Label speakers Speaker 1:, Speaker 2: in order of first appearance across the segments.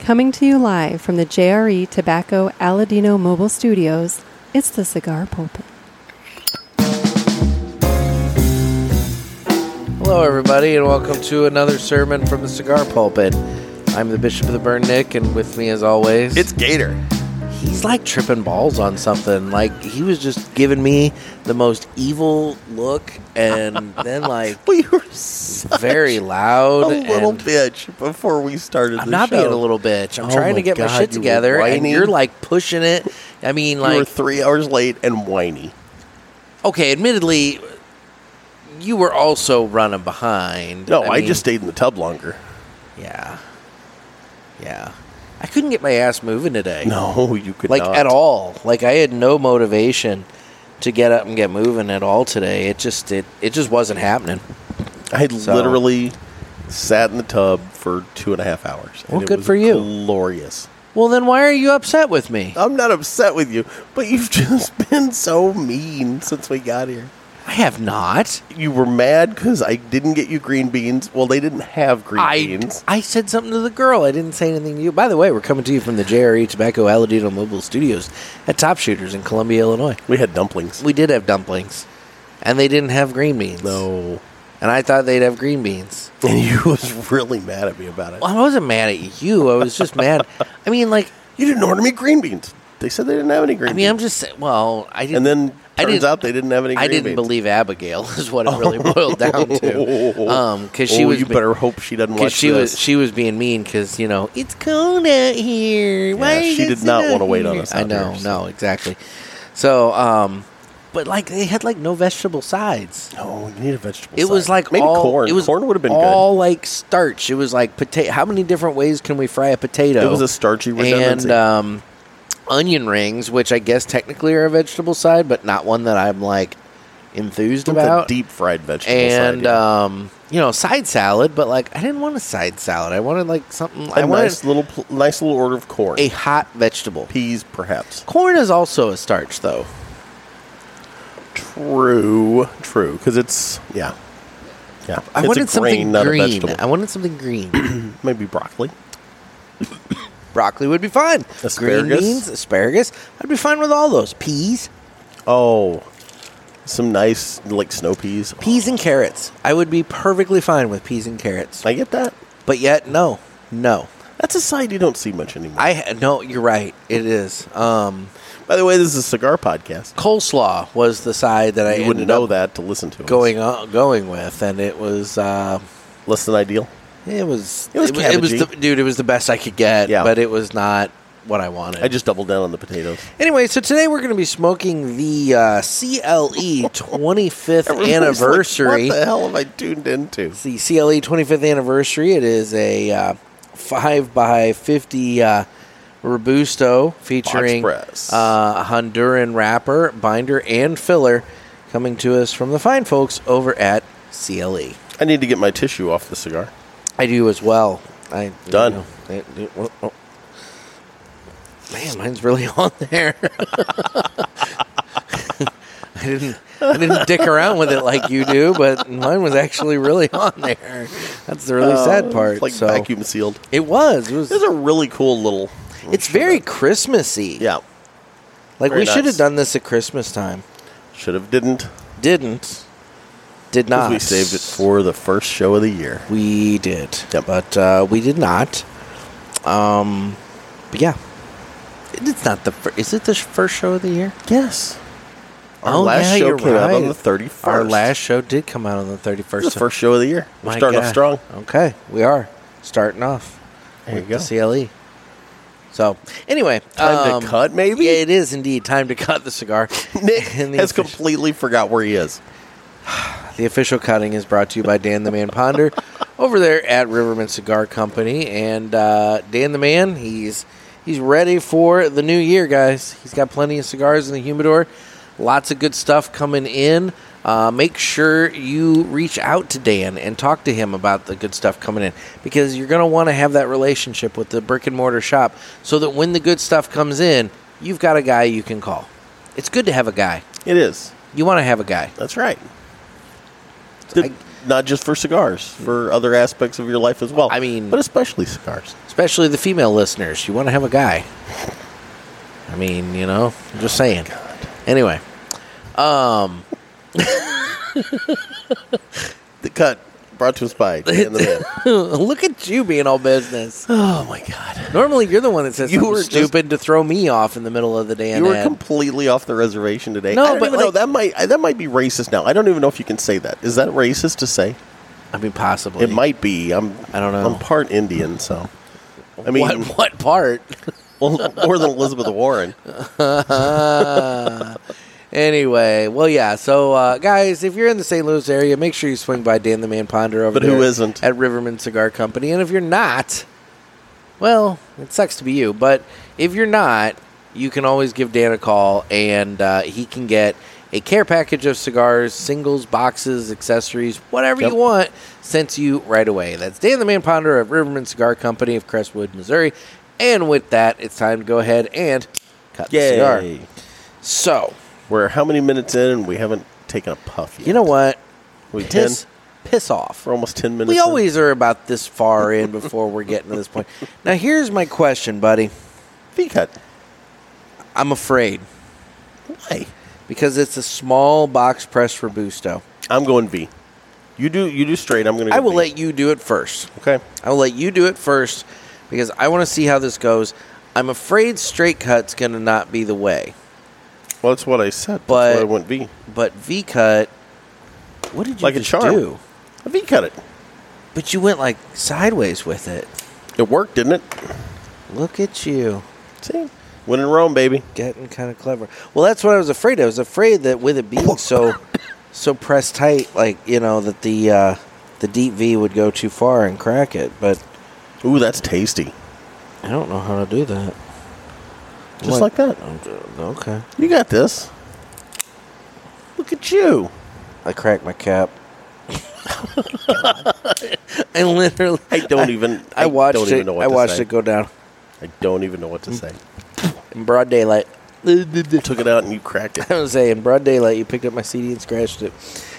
Speaker 1: Coming to you live from the JRE Tobacco Aladino Mobile Studios, it's the Cigar Pulpit.
Speaker 2: Hello, everybody, and welcome to another sermon from the Cigar Pulpit. I'm the Bishop of the Burn, Nick, and with me, as always,
Speaker 3: It's Gator.
Speaker 2: he's like tripping balls on something. Like he was just giving me the most evil look, and then like
Speaker 3: Well, you were such
Speaker 2: very
Speaker 3: a
Speaker 2: loud.
Speaker 3: little
Speaker 2: and
Speaker 3: bitch before we started the
Speaker 2: I'm not
Speaker 3: show.
Speaker 2: being a little bitch. I'm
Speaker 3: Oh
Speaker 2: trying
Speaker 3: my
Speaker 2: to get my
Speaker 3: God,
Speaker 2: shit
Speaker 3: you were
Speaker 2: together, and
Speaker 3: whiny.
Speaker 2: you're like pushing it. I mean,
Speaker 3: You were
Speaker 2: like,
Speaker 3: three hours late and whiny.
Speaker 2: okay, admittedly, you were also running behind.
Speaker 3: No, I,
Speaker 2: mean-
Speaker 3: just stayed in the tub longer.
Speaker 2: Yeah. Yeah. I couldn't get my ass moving today.
Speaker 3: No, you could
Speaker 2: Like
Speaker 3: not.
Speaker 2: at all. Like I had no motivation to get up and get moving at all today. It just it it just wasn't happening.
Speaker 3: I
Speaker 2: So-
Speaker 3: literally sat in the tub for two and a half hours. and
Speaker 2: Well,
Speaker 3: it
Speaker 2: good
Speaker 3: was
Speaker 2: for you.
Speaker 3: Glorious.
Speaker 2: Well then why are you upset with me?
Speaker 3: I'm not upset with you, but you've just been so mean since we got here.
Speaker 2: I have not.
Speaker 3: You were mad because I didn't get you green beans. Well, they didn't have green
Speaker 2: I,
Speaker 3: beans.
Speaker 2: I said something to the girl. I didn't say anything to you. By the way, we're coming to you from the JRE Tobacco Aladino Mobile Studios at Top Shooters in Columbia, Illinois.
Speaker 3: We had dumplings.
Speaker 2: We did have dumplings, and they didn't have green beans.
Speaker 3: no.
Speaker 2: And I thought they'd have green beans.
Speaker 3: And you was really mad at me about it.
Speaker 2: Well, I wasn't mad at you. I was just mad. I mean, like,
Speaker 3: You didn't order me green beans. They said they didn't have any green
Speaker 2: I mean, I'm
Speaker 3: beans.
Speaker 2: just sa- well, I didn't.
Speaker 3: and then
Speaker 2: I
Speaker 3: turns
Speaker 2: didn't-
Speaker 3: out they didn't have any green
Speaker 2: I didn't
Speaker 3: beans.
Speaker 2: believe Abigail is what it really boiled down to, because she
Speaker 3: oh,
Speaker 2: was
Speaker 3: you
Speaker 2: be-
Speaker 3: better hope she doesn't
Speaker 2: 'cause
Speaker 3: watch
Speaker 2: she
Speaker 3: this.
Speaker 2: was she was being mean because you know it's cold out here. Why
Speaker 3: Yeah,
Speaker 2: is
Speaker 3: she
Speaker 2: it
Speaker 3: did
Speaker 2: so
Speaker 3: not
Speaker 2: hot
Speaker 3: wanna wait on
Speaker 2: here?"
Speaker 3: us
Speaker 2: I
Speaker 3: out
Speaker 2: know,
Speaker 3: here,
Speaker 2: no, exactly. So, um, but like they had like no vegetable sides.
Speaker 3: no, you need a vegetable.
Speaker 2: It was
Speaker 3: side.
Speaker 2: like
Speaker 3: maybe
Speaker 2: all,
Speaker 3: corn.
Speaker 2: It was
Speaker 3: corn would have been
Speaker 2: all like starch. It was like potato. How many different ways can we fry a potato?
Speaker 3: good. It was a starchy redundancy.
Speaker 2: and um, onion rings, which I guess technically are a vegetable side, but not one that I'm like enthused
Speaker 3: It's
Speaker 2: about.
Speaker 3: a deep fried vegetable.
Speaker 2: and
Speaker 3: side, yeah.
Speaker 2: um, you know, side salad, but like I didn't want a side salad. I wanted like something. I
Speaker 3: a
Speaker 2: wanted
Speaker 3: nice little pl- nice little order of corn,
Speaker 2: a hot vegetable.
Speaker 3: peas perhaps.
Speaker 2: Corn is also a starch, though.
Speaker 3: True, true, because it's yeah, yeah.
Speaker 2: I
Speaker 3: it's
Speaker 2: wanted
Speaker 3: a
Speaker 2: something
Speaker 3: grain, not a
Speaker 2: green. I
Speaker 3: vegetable.
Speaker 2: wanted something green.
Speaker 3: Maybe broccoli.
Speaker 2: Broccoli would be fine. Green
Speaker 3: Asparagus?
Speaker 2: beans, asparagus. I'd be fine with all those. Peas,
Speaker 3: Oh, some nice like snow peas.
Speaker 2: peas and carrots. I would be perfectly fine with peas and carrots.
Speaker 3: I get that.
Speaker 2: But yet, no, no.
Speaker 3: That's a side you don't see much anymore.
Speaker 2: I no, you're right. It is. Um,
Speaker 3: By the way, this is a cigar podcast.
Speaker 2: coleslaw was the side that I
Speaker 3: You wouldn't
Speaker 2: ended
Speaker 3: know
Speaker 2: up
Speaker 3: that to listen to us.
Speaker 2: going on, going with, and it was uh,
Speaker 3: less than ideal.
Speaker 2: it was
Speaker 3: It was
Speaker 2: it, was the,
Speaker 3: cabbagey.
Speaker 2: dude. It was the best I could get,
Speaker 3: Yeah.
Speaker 2: but it was not what I wanted.
Speaker 3: I just doubled down on the potatoes.
Speaker 2: anyway, so today we're going to be smoking the uh, CLE 25th
Speaker 3: Everybody's like,
Speaker 2: anniversary.
Speaker 3: what the hell am I tuned into?
Speaker 2: It's the CLE 25th anniversary. It is a uh, 5 by 50 uh, Robusto featuring
Speaker 3: press.
Speaker 2: uh, Honduran wrapper, binder, and filler coming to us from the fine folks over at E. CLE.
Speaker 3: I need to get my tissue off the cigar.
Speaker 2: I do as well. I
Speaker 3: Done.
Speaker 2: you know, I- I- oh. Man, mine's really on there. I didn't I didn't dick around with it like you do, but mine was actually really on there. That's the really sad part.
Speaker 3: Oh, It's Um, like
Speaker 2: so
Speaker 3: vacuum sealed.
Speaker 2: it was. It was.
Speaker 3: This is a really cool little.
Speaker 2: it's very Christmassy.
Speaker 3: Yeah.
Speaker 2: Like we
Speaker 3: very
Speaker 2: should have
Speaker 3: nice.
Speaker 2: done this at Christmas time.
Speaker 3: Should have didn't.
Speaker 2: Didn't. Did
Speaker 3: 'cause
Speaker 2: not.
Speaker 3: We saved it for the first show of the year.
Speaker 2: We did.
Speaker 3: Yep.
Speaker 2: But uh, we did not. Um, but yeah. It's not the fir- is it the sh- first show of the year?
Speaker 3: Yes. Our
Speaker 2: Oh,
Speaker 3: last
Speaker 2: yeah,
Speaker 3: show
Speaker 2: you're
Speaker 3: came out on
Speaker 2: right.
Speaker 3: the 31st.
Speaker 2: Our last show did come out on the thirty
Speaker 3: This is
Speaker 2: first.
Speaker 3: the first show of the year. We're starting off strong.
Speaker 2: Okay, we are starting off.
Speaker 3: There
Speaker 2: with
Speaker 3: you
Speaker 2: the CLE. So anyway,
Speaker 3: Time to
Speaker 2: um,
Speaker 3: cut, maybe?
Speaker 2: Yeah, it is indeed time to cut the cigar.
Speaker 3: Nick
Speaker 2: And the
Speaker 3: has
Speaker 2: official-
Speaker 3: completely forgot where he is.
Speaker 2: The official cutting is brought to you by Dan the Man Ponder over there at Riverman Cigar Company. And uh, Dan the Man, he's he's ready for the new year, guys. He's got plenty of cigars in the humidor, lots of good stuff coming in. Uh, make sure you reach out to Dan and talk to him about the good stuff coming in because you're going to want to have that relationship with the brick and mortar shop so that when the good stuff comes in, you've got a guy you can call. It's good to have a guy.
Speaker 3: It is.
Speaker 2: You want to have a guy.
Speaker 3: That's right. Th- not just for cigars, for other aspects of your life as well.
Speaker 2: I mean-
Speaker 3: but especially cigars.
Speaker 2: especially the female listeners. You want to have a guy. I mean, you know, I'm just
Speaker 3: Oh,
Speaker 2: saying. Anyway,
Speaker 3: The cut brought to us by Dan the Man.
Speaker 2: look at you being all business.
Speaker 3: oh my god,
Speaker 2: Normally, you're the one that says
Speaker 3: You
Speaker 2: you were
Speaker 3: were just-
Speaker 2: stupid to throw me off in the middle of the day.
Speaker 3: you
Speaker 2: and
Speaker 3: were
Speaker 2: ad.
Speaker 3: completely off the reservation today.
Speaker 2: No,
Speaker 3: I don't
Speaker 2: but
Speaker 3: even know
Speaker 2: like-
Speaker 3: that might I- that might be racist now. I don't even know if you can say that. Is that racist to say?
Speaker 2: I mean, possibly.
Speaker 3: It might be. I'm
Speaker 2: I don't know.
Speaker 3: I'm part Indian, so I mean,
Speaker 2: what, what part?
Speaker 3: well, more than Elizabeth Warren.
Speaker 2: Uh, anyway, well, yeah. So, uh, guys, if you're in the St. Louis area, make sure you swing by Dan the Man Ponder over
Speaker 3: But
Speaker 2: there.
Speaker 3: who isn't?
Speaker 2: At Riverman Cigar Company. And if you're not, well, it sucks to be you. But if you're not, you can always give Dan a call, and uh, he can get a care package of cigars, singles, boxes, accessories, whatever
Speaker 3: Yep.
Speaker 2: you want, sent to you right away. That's Dan the Man Ponder of Riverman Cigar Company of Crestwood, Missouri. And with that, it's time to go ahead and cut the cigar.
Speaker 3: Yay!
Speaker 2: So,
Speaker 3: We're how many minutes in, and we haven't taken a puff yet.
Speaker 2: you know what?
Speaker 3: we ten.
Speaker 2: Piss, piss off.
Speaker 3: We're almost ten minutes.
Speaker 2: We
Speaker 3: in.
Speaker 2: always are about this far in before we're getting to this point. Now, here's my question, buddy.
Speaker 3: V cut.
Speaker 2: I'm afraid
Speaker 3: Why?
Speaker 2: because it's a small box press Robusto.
Speaker 3: I'm going V. You do you do straight. I'm going to. Go
Speaker 2: I will
Speaker 3: V.
Speaker 2: let you do it first.
Speaker 3: Okay.
Speaker 2: I will let you do it first because I want to see how this goes. I'm afraid straight cut's going to not be the way,
Speaker 3: Well, that's what I said.
Speaker 2: But-
Speaker 3: that's why I went V.
Speaker 2: but V cut. What did you
Speaker 3: Like a
Speaker 2: just
Speaker 3: charm.
Speaker 2: do?
Speaker 3: I V cut it.
Speaker 2: But you went like sideways with it.
Speaker 3: It worked, didn't it?
Speaker 2: Look at you.
Speaker 3: See, when in Rome, baby.
Speaker 2: getting kind of clever. Well, that's what I was afraid. I was afraid that with it being so so pressed tight, like you know, that the uh, the deep V would go too far and crack it. But
Speaker 3: Ooh, that's tasty.
Speaker 2: I don't know how to do that.
Speaker 3: Just like that.
Speaker 2: I'm j- Okay,
Speaker 3: You got this. Look at you.
Speaker 2: I cracked my cap. I literally,
Speaker 3: I don't even.
Speaker 2: I watched
Speaker 3: don't
Speaker 2: it.
Speaker 3: Even know what
Speaker 2: I
Speaker 3: to
Speaker 2: watched
Speaker 3: say.
Speaker 2: it go down
Speaker 3: I don't even know what to say.
Speaker 2: in broad daylight.
Speaker 3: You took it out and you cracked it.
Speaker 2: I was saying, broad daylight, you picked up my CD and scratched it.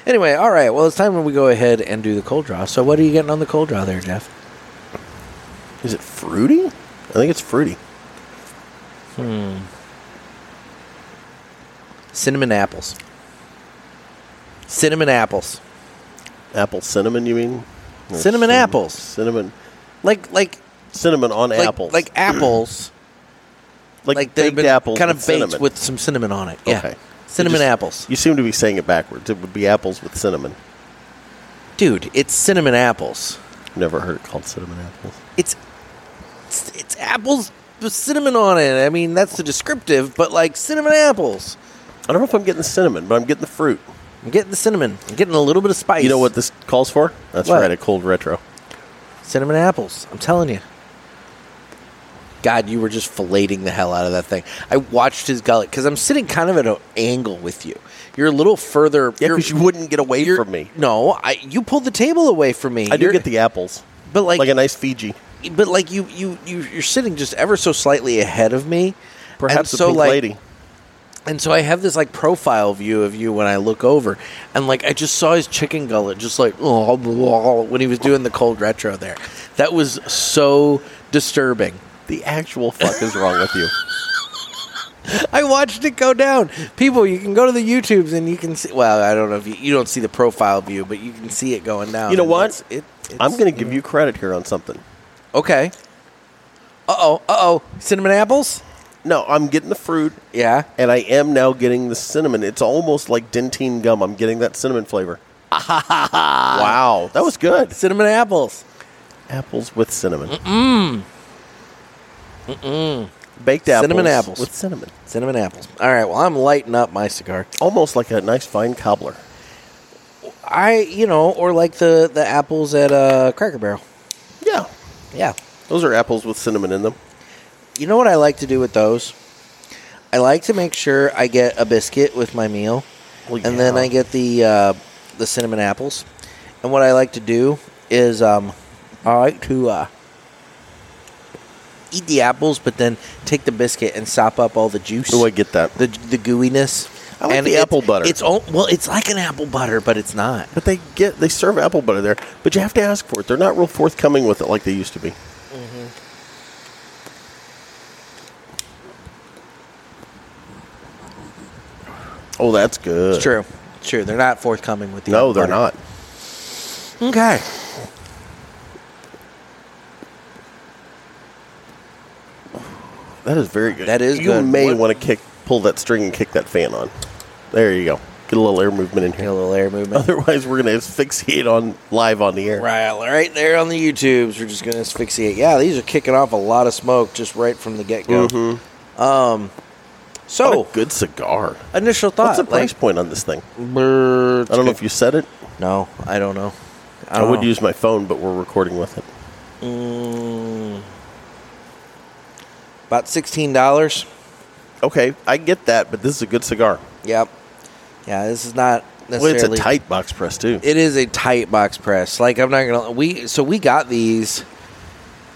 Speaker 2: Anyway, all right. Well, it's time when we go ahead and do the cold draw. So, what are you getting on the cold draw there, Jeff?
Speaker 3: Is it fruity? I think it's fruity.
Speaker 2: Cinnamon apples. Cinnamon apples.
Speaker 3: Apple cinnamon, you mean? Or
Speaker 2: Cinnamon apples.
Speaker 3: Cinnamon.
Speaker 2: Like like
Speaker 3: Cinnamon on
Speaker 2: like,
Speaker 3: apples.
Speaker 2: like apples.
Speaker 3: like,
Speaker 2: like they've
Speaker 3: baked
Speaker 2: been
Speaker 3: apples.
Speaker 2: kind of
Speaker 3: with
Speaker 2: baked
Speaker 3: cinnamon.
Speaker 2: with some cinnamon on it. Yeah.
Speaker 3: Okay.
Speaker 2: Cinnamon
Speaker 3: You just-
Speaker 2: apples.
Speaker 3: You seem to be saying it backwards. It would be apples with cinnamon.
Speaker 2: Dude, it's cinnamon apples.
Speaker 3: Never heard it called cinnamon apples.
Speaker 2: It's it's, it's apples with cinnamon on it. I mean, that's the descriptive, but like cinnamon apples.
Speaker 3: I don't know if I'm getting cinnamon, but I'm getting the fruit.
Speaker 2: I'm getting the cinnamon. I'm getting a little bit of spice.
Speaker 3: You know what this calls for? That's
Speaker 2: What?
Speaker 3: right, a cold retro.
Speaker 2: Cinnamon apples. I'm telling you. God, you were just filleting the hell out of that thing. I watched his gullet because I'm sitting kind of at an angle with you. You're a little further.
Speaker 3: Yeah,
Speaker 2: you're-
Speaker 3: 'cause you wouldn't get away
Speaker 2: you're-
Speaker 3: from me.
Speaker 2: No, I. You pulled the table away from me.
Speaker 3: I do
Speaker 2: You're-
Speaker 3: get the apples,
Speaker 2: But like,
Speaker 3: like, a nice Fiji.
Speaker 2: but like you, you, you, you're sitting just ever so slightly ahead of me. and
Speaker 3: Perhaps a
Speaker 2: so
Speaker 3: pink
Speaker 2: like,
Speaker 3: lady.
Speaker 2: and so I have this like profile view of you when I look over, and like I just saw his chicken gullet, just like oh, blah, when he was doing the cold retro there. That was so disturbing.
Speaker 3: The actual fuck is wrong with you?
Speaker 2: I watched it go down. People, you can go to the YouTubes and you can see. Well, I don't know if you, you don't see the profile view, but you can see it going down.
Speaker 3: You know
Speaker 2: And
Speaker 3: what?
Speaker 2: that's- It, Um, it's-
Speaker 3: I'm going to give you credit here on something.
Speaker 2: Okay. Uh oh. Uh oh. Cinnamon apples.
Speaker 3: No, I'm getting the fruit,
Speaker 2: Yeah.
Speaker 3: and I am now getting the cinnamon. It's almost like dentine gum. I'm getting that cinnamon flavor. wow, that was good.
Speaker 2: Cinnamon apples.
Speaker 3: Apples with cinnamon. Mm. Mm. Baked apples.
Speaker 2: Cinnamon apples.
Speaker 3: with cinnamon.
Speaker 2: Cinnamon apples. All right. Well, I'm lighting up my cigar.
Speaker 3: Almost like a nice fine cobbler.
Speaker 2: I, you know, or like the the apples at uh, Cracker Barrel.
Speaker 3: Yeah,
Speaker 2: Yeah.
Speaker 3: those are apples with cinnamon in them.
Speaker 2: You know what I like to do with those? I like to make sure I get a biscuit with my meal,
Speaker 3: Well,
Speaker 2: and then
Speaker 3: yeah.
Speaker 2: I get the uh, the cinnamon apples. And what I like to do is um, I like to uh, eat the apples, but then take the biscuit and sop up all the juice,
Speaker 3: Oh, I get that.
Speaker 2: the the gooiness.
Speaker 3: I like
Speaker 2: and
Speaker 3: the
Speaker 2: it's-
Speaker 3: apple butter.
Speaker 2: It's all, well, it's like an apple butter, but it's not.
Speaker 3: But they get
Speaker 2: Mm-hmm.
Speaker 3: they serve apple butter there, but you have to ask for it. They're not real forthcoming with it like they used to be. Oh, that's good.
Speaker 2: It's true. It's true. They're not forthcoming with the.
Speaker 3: No, they're
Speaker 2: butter.
Speaker 3: not.
Speaker 2: Okay.
Speaker 3: That is very good.
Speaker 2: That is
Speaker 3: you
Speaker 2: good.
Speaker 3: may
Speaker 2: What-
Speaker 3: want to kick, pull that string and kick that fan on. There you go. Get a little air movement in
Speaker 2: Get
Speaker 3: here.
Speaker 2: a little air movement.
Speaker 3: Otherwise, we're gonna asphyxiate on live on the air.
Speaker 2: Right, right there on the YouTubes. We're just going to asphyxiate. Yeah, these are kicking off a lot of smoke just right from the get go. Um,
Speaker 3: Mm-hmm. What a
Speaker 2: so
Speaker 3: good cigar.
Speaker 2: initial thought.
Speaker 3: What's the price
Speaker 2: Oh. like-
Speaker 3: point on this thing?
Speaker 2: Brr,
Speaker 3: I don't know if you said it.
Speaker 2: No, I don't know.
Speaker 3: I,
Speaker 2: don't
Speaker 3: would
Speaker 2: know.
Speaker 3: use my phone, but we're recording with it.
Speaker 2: Mm, about sixteen dollars.
Speaker 3: Okay, I get that, but this is a good cigar.
Speaker 2: Yep. Yeah, this is not
Speaker 3: Well,
Speaker 2: necessarily.
Speaker 3: it's a tight box press too.
Speaker 2: It is a tight box press. Like I'm not gonna. We so we got these.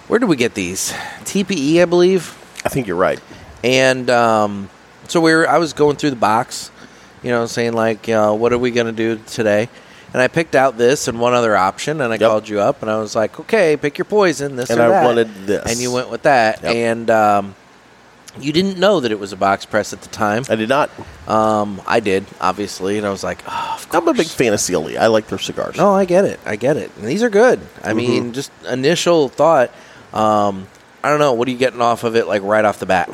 Speaker 2: Where did we get these? TPE, I believe.
Speaker 3: I think you're right.
Speaker 2: And um, so we were. I was going through the box, you know, saying like, uh, "What are we gonna do today?" And I picked out this and one other option, and I
Speaker 3: Yep.
Speaker 2: called you up, and I was like, "Okay, pick your poison." This
Speaker 3: And
Speaker 2: or
Speaker 3: I
Speaker 2: that."
Speaker 3: wanted this.
Speaker 2: and you went with that,
Speaker 3: Yep.
Speaker 2: and um, you didn't know that it was a box press at the time.
Speaker 3: I did not.
Speaker 2: Um, I did, obviously, and I was like, "Oh, of course."
Speaker 3: I'm a big fan of Sealy. I like their cigars.
Speaker 2: No, I get it. I get it. And these are good. I mean, just initial thought. Um, I don't know. What are you getting off of it, like right off the bat?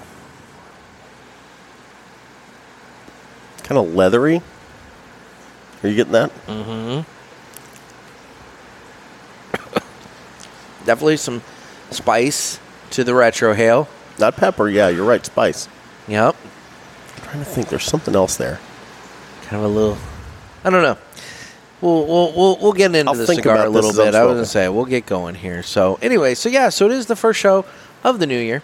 Speaker 3: Kind of leathery. Are you getting that?
Speaker 2: Mm. Definitely some spice to the retro hail.
Speaker 3: Not pepper. Yeah, you're right. Spice.
Speaker 2: Yep.
Speaker 3: I'm trying to think. There's something else there.
Speaker 2: Kind of a little. I don't know. We'll we'll we'll, we'll get into
Speaker 3: I'll
Speaker 2: the
Speaker 3: think
Speaker 2: cigar
Speaker 3: about
Speaker 2: a little
Speaker 3: this as I'm
Speaker 2: bit. I was
Speaker 3: smoking.
Speaker 2: gonna say we'll get going here. So anyway, so yeah, so it is the first show of the new year,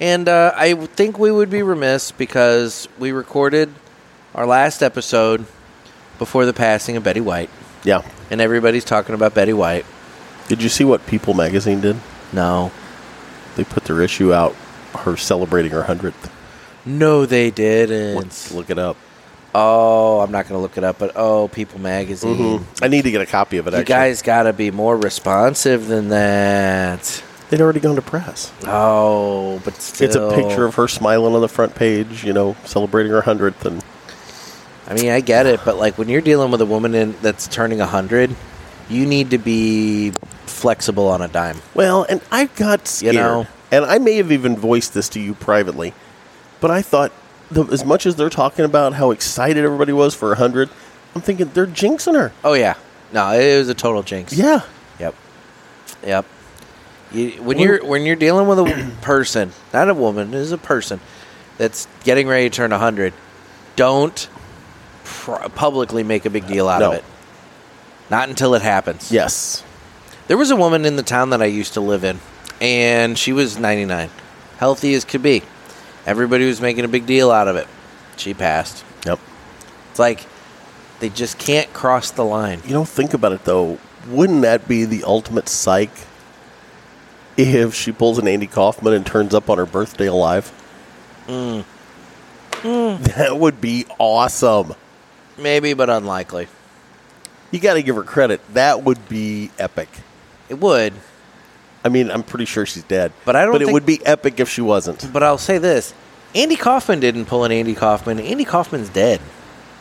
Speaker 2: and uh, I think we would be remiss because we recorded our last episode before the passing of Betty White.
Speaker 3: Yeah.
Speaker 2: and everybody's talking about Betty White.
Speaker 3: Did you see what People Magazine did?
Speaker 2: No,
Speaker 3: They put their issue out, her celebrating her hundredth.
Speaker 2: no, they didn't.
Speaker 3: Let's look it up.
Speaker 2: Oh, I'm not gonna look it up, but oh, People Magazine.
Speaker 3: Mm-hmm. I need to get a copy of it.
Speaker 2: You
Speaker 3: Actually,
Speaker 2: guys gotta be more responsive than that.
Speaker 3: they'd already gone to press.
Speaker 2: Oh, but still.
Speaker 3: It's a picture of her smiling on the front page. You know, celebrating her hundredth, and
Speaker 2: I mean, I get it, but like when you're dealing with a woman in, that's turning hundred, you need to be flexible on a dime.
Speaker 3: Well, and I got
Speaker 2: You
Speaker 3: scared.
Speaker 2: know?
Speaker 3: and I may have even voiced this to you privately, but I thought, the, as much as they're talking about how excited everybody was for 100, I'm thinking they're jinxing her.
Speaker 2: Oh yeah, no, it was a total jinx.
Speaker 3: Yeah.
Speaker 2: Yep. Yep. You, when you're when you're dealing with a person, not a woman, is a person that's getting ready to turn 100, don't pr- publicly make a big deal out
Speaker 3: No.
Speaker 2: of it. Not until it happens.
Speaker 3: Yes.
Speaker 2: There was a woman in the town that I used to live in, and she was 99, healthy as could be. Everybody was making a big deal out of it. She passed.
Speaker 3: Yep.
Speaker 2: It's like they just can't cross the line.
Speaker 3: You know, think about it, though. Wouldn't that be the ultimate psych if she pulls an Andy Kaufman and turns up on her birthday alive?
Speaker 2: Mm.
Speaker 3: That would be awesome.
Speaker 2: Maybe, but unlikely.
Speaker 3: You got to give her credit. That would be epic.
Speaker 2: It would,
Speaker 3: I mean, I'm pretty sure she's dead.
Speaker 2: But I don't
Speaker 3: But it
Speaker 2: think-
Speaker 3: would be epic if she wasn't.
Speaker 2: But I'll say this: Andy Kaufman didn't pull an Andy Kaufman. Andy Kaufman's dead.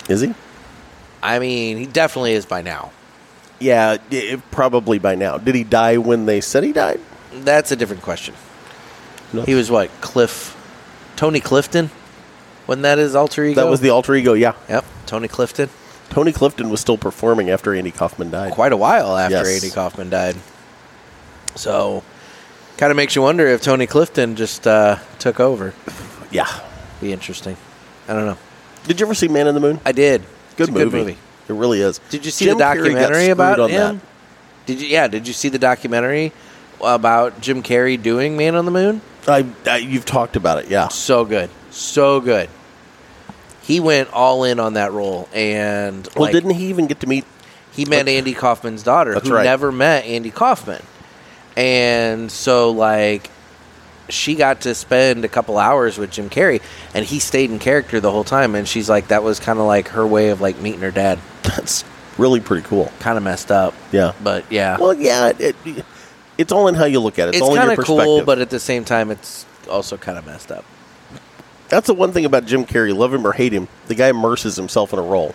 Speaker 3: Is he?
Speaker 2: I mean, he definitely is by now.
Speaker 3: Yeah, i i- probably by now. Did he die when they said he died?
Speaker 2: That's a different question.
Speaker 3: No.
Speaker 2: He was what? Cliff, Tony Clifton. Wasn't that his alter ego?
Speaker 3: That was the alter ego. Yeah,
Speaker 2: Yep, Tony Clifton.
Speaker 3: Tony Clifton was still performing after Andy Kaufman died.
Speaker 2: Quite a while after
Speaker 3: Yes.
Speaker 2: Andy Kaufman died. So, kind of makes you wonder if Tony Clifton just uh, took over.
Speaker 3: Yeah.
Speaker 2: Be interesting. I don't know.
Speaker 3: Did you ever see Man in the Moon?
Speaker 2: I did.
Speaker 3: Good,
Speaker 2: It's a
Speaker 3: movie. It really is.
Speaker 2: Did you see
Speaker 3: Jim
Speaker 2: the
Speaker 3: Carrey got
Speaker 2: documentary
Speaker 3: screwed
Speaker 2: about
Speaker 3: on
Speaker 2: him? Did you? Yeah. Did you see the documentary about Jim Carrey doing Man on the Moon?
Speaker 3: That? I, I, you've talked about it. Yeah.
Speaker 2: So good, so good. He went all in on that role, and
Speaker 3: Well,
Speaker 2: like,
Speaker 3: didn't he even get to meet?
Speaker 2: he met Andy Kaufman's daughter,
Speaker 3: That's
Speaker 2: who
Speaker 3: right.
Speaker 2: never met Andy Kaufman, and so like she got to spend a couple hours with Jim Carrey, and he stayed in character the whole time. And she's like, that was kind of like her way of like meeting her dad.
Speaker 3: That's really pretty cool.
Speaker 2: Kind of messed up,
Speaker 3: Yeah.
Speaker 2: but yeah.
Speaker 3: Well, yeah. It, it- it's all in how you look at it. It's,
Speaker 2: it's
Speaker 3: all in
Speaker 2: kind
Speaker 3: your
Speaker 2: of
Speaker 3: perspective.
Speaker 2: cool, but at the same time, it's also kind of messed up.
Speaker 3: That's the one thing about Jim Carrey. Love him or hate him, the guy immerses himself in a role.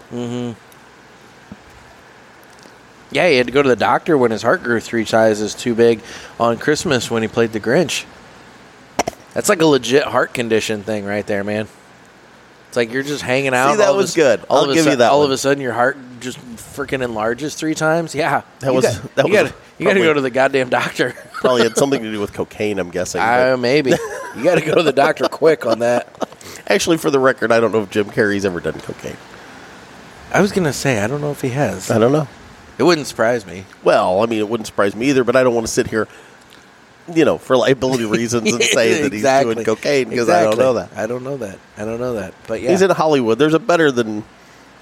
Speaker 2: Yeah, he had to go to the doctor when his heart grew three sizes too big on Christmas when he played the Grinch. That's like a legit heart condition thing right there, man. It's like you're just hanging out.
Speaker 3: that
Speaker 2: all of
Speaker 3: was
Speaker 2: a-
Speaker 3: good.
Speaker 2: All
Speaker 3: I'll
Speaker 2: of a
Speaker 3: give you
Speaker 2: sud-
Speaker 3: that
Speaker 2: All
Speaker 3: one.
Speaker 2: of a sudden, your heart just freaking enlarges three times. Yeah,
Speaker 3: That
Speaker 2: You
Speaker 3: was-
Speaker 2: got-
Speaker 3: that
Speaker 2: you
Speaker 3: was
Speaker 2: Gotta, you got to
Speaker 3: probably-
Speaker 2: go to the goddamn doctor.
Speaker 3: Probably had something to do with cocaine. I'm guessing.
Speaker 2: uh, maybe you got to go to the doctor quick on that.
Speaker 3: But Actually, for the record, I don't know if Jim Carrey's ever done cocaine.
Speaker 2: I was gonna say I don't know if he has.
Speaker 3: I don't know.
Speaker 2: It wouldn't surprise me.
Speaker 3: Well, I mean, it wouldn't surprise me either, but I don't want to sit here, you know, for liability reasons and say that he's
Speaker 2: Exactly.
Speaker 3: doing cocaine because I
Speaker 2: Exactly.
Speaker 3: don't know that.
Speaker 2: I don't know that. I don't know that. But yeah,
Speaker 3: He's in Hollywood. There's a better than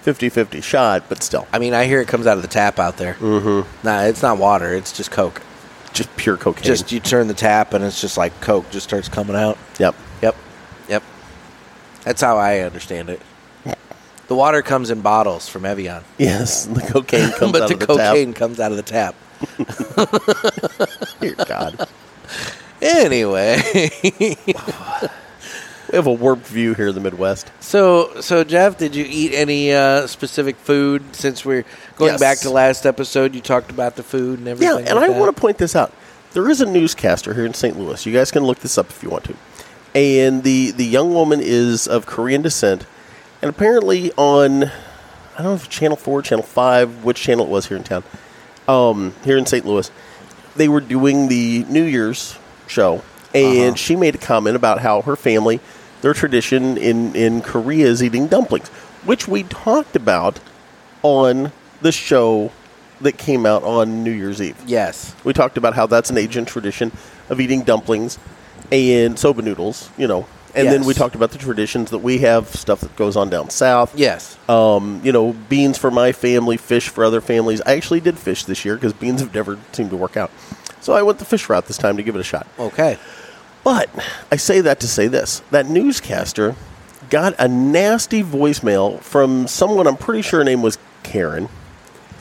Speaker 3: 50 50 shot, but still,
Speaker 2: I mean, I hear it comes out of the tap out there. Mm-hmm. Nah, it's not water. It's just Coke.
Speaker 3: just pure cocaine.
Speaker 2: Just you turn the tap and it's just like Coke just starts coming out.
Speaker 3: yep.
Speaker 2: Yep. Yep. That's how I understand it. The water comes in bottles from Evian,
Speaker 3: Yes, the cocaine comes
Speaker 2: but
Speaker 3: out
Speaker 2: the,
Speaker 3: of the
Speaker 2: cocaine comes out of the tap.
Speaker 3: tap. Dear God.
Speaker 2: Anyway,
Speaker 3: We have a warped view here in the Midwest.
Speaker 2: so so Jeff, did you eat any uh, specific food since we're going
Speaker 3: Yes.
Speaker 2: back to last episode? You talked about the food and everything.
Speaker 3: Yeah, and I want to point this out. There is a newscaster here in St. Louis. You guys can look this up if you want to. And the the young woman is of Korean descent, and apparently on I don't know if Channel Four, Channel Five, which channel it was here in town, um, here in St. Louis, they were doing the New Year's show, and she made a comment about how her family, their tradition in in Korea is eating dumplings, which we talked about on the show that came out on New Year's Eve.
Speaker 2: Yes.
Speaker 3: We talked about how that's an Asian tradition of eating dumplings and soba noodles, you know. And then we
Speaker 2: Yes.
Speaker 3: talked about the traditions that we have, stuff that goes on down south.
Speaker 2: Yes.
Speaker 3: Um, you know, beans for my family, fish for other families. I actually did fish this year because beans have never seemed to work out. So I went the fish route this time to give it a shot.
Speaker 2: Okay.
Speaker 3: But I say that to say this that newscaster got a nasty voicemail from someone I'm pretty sure her name was Karen.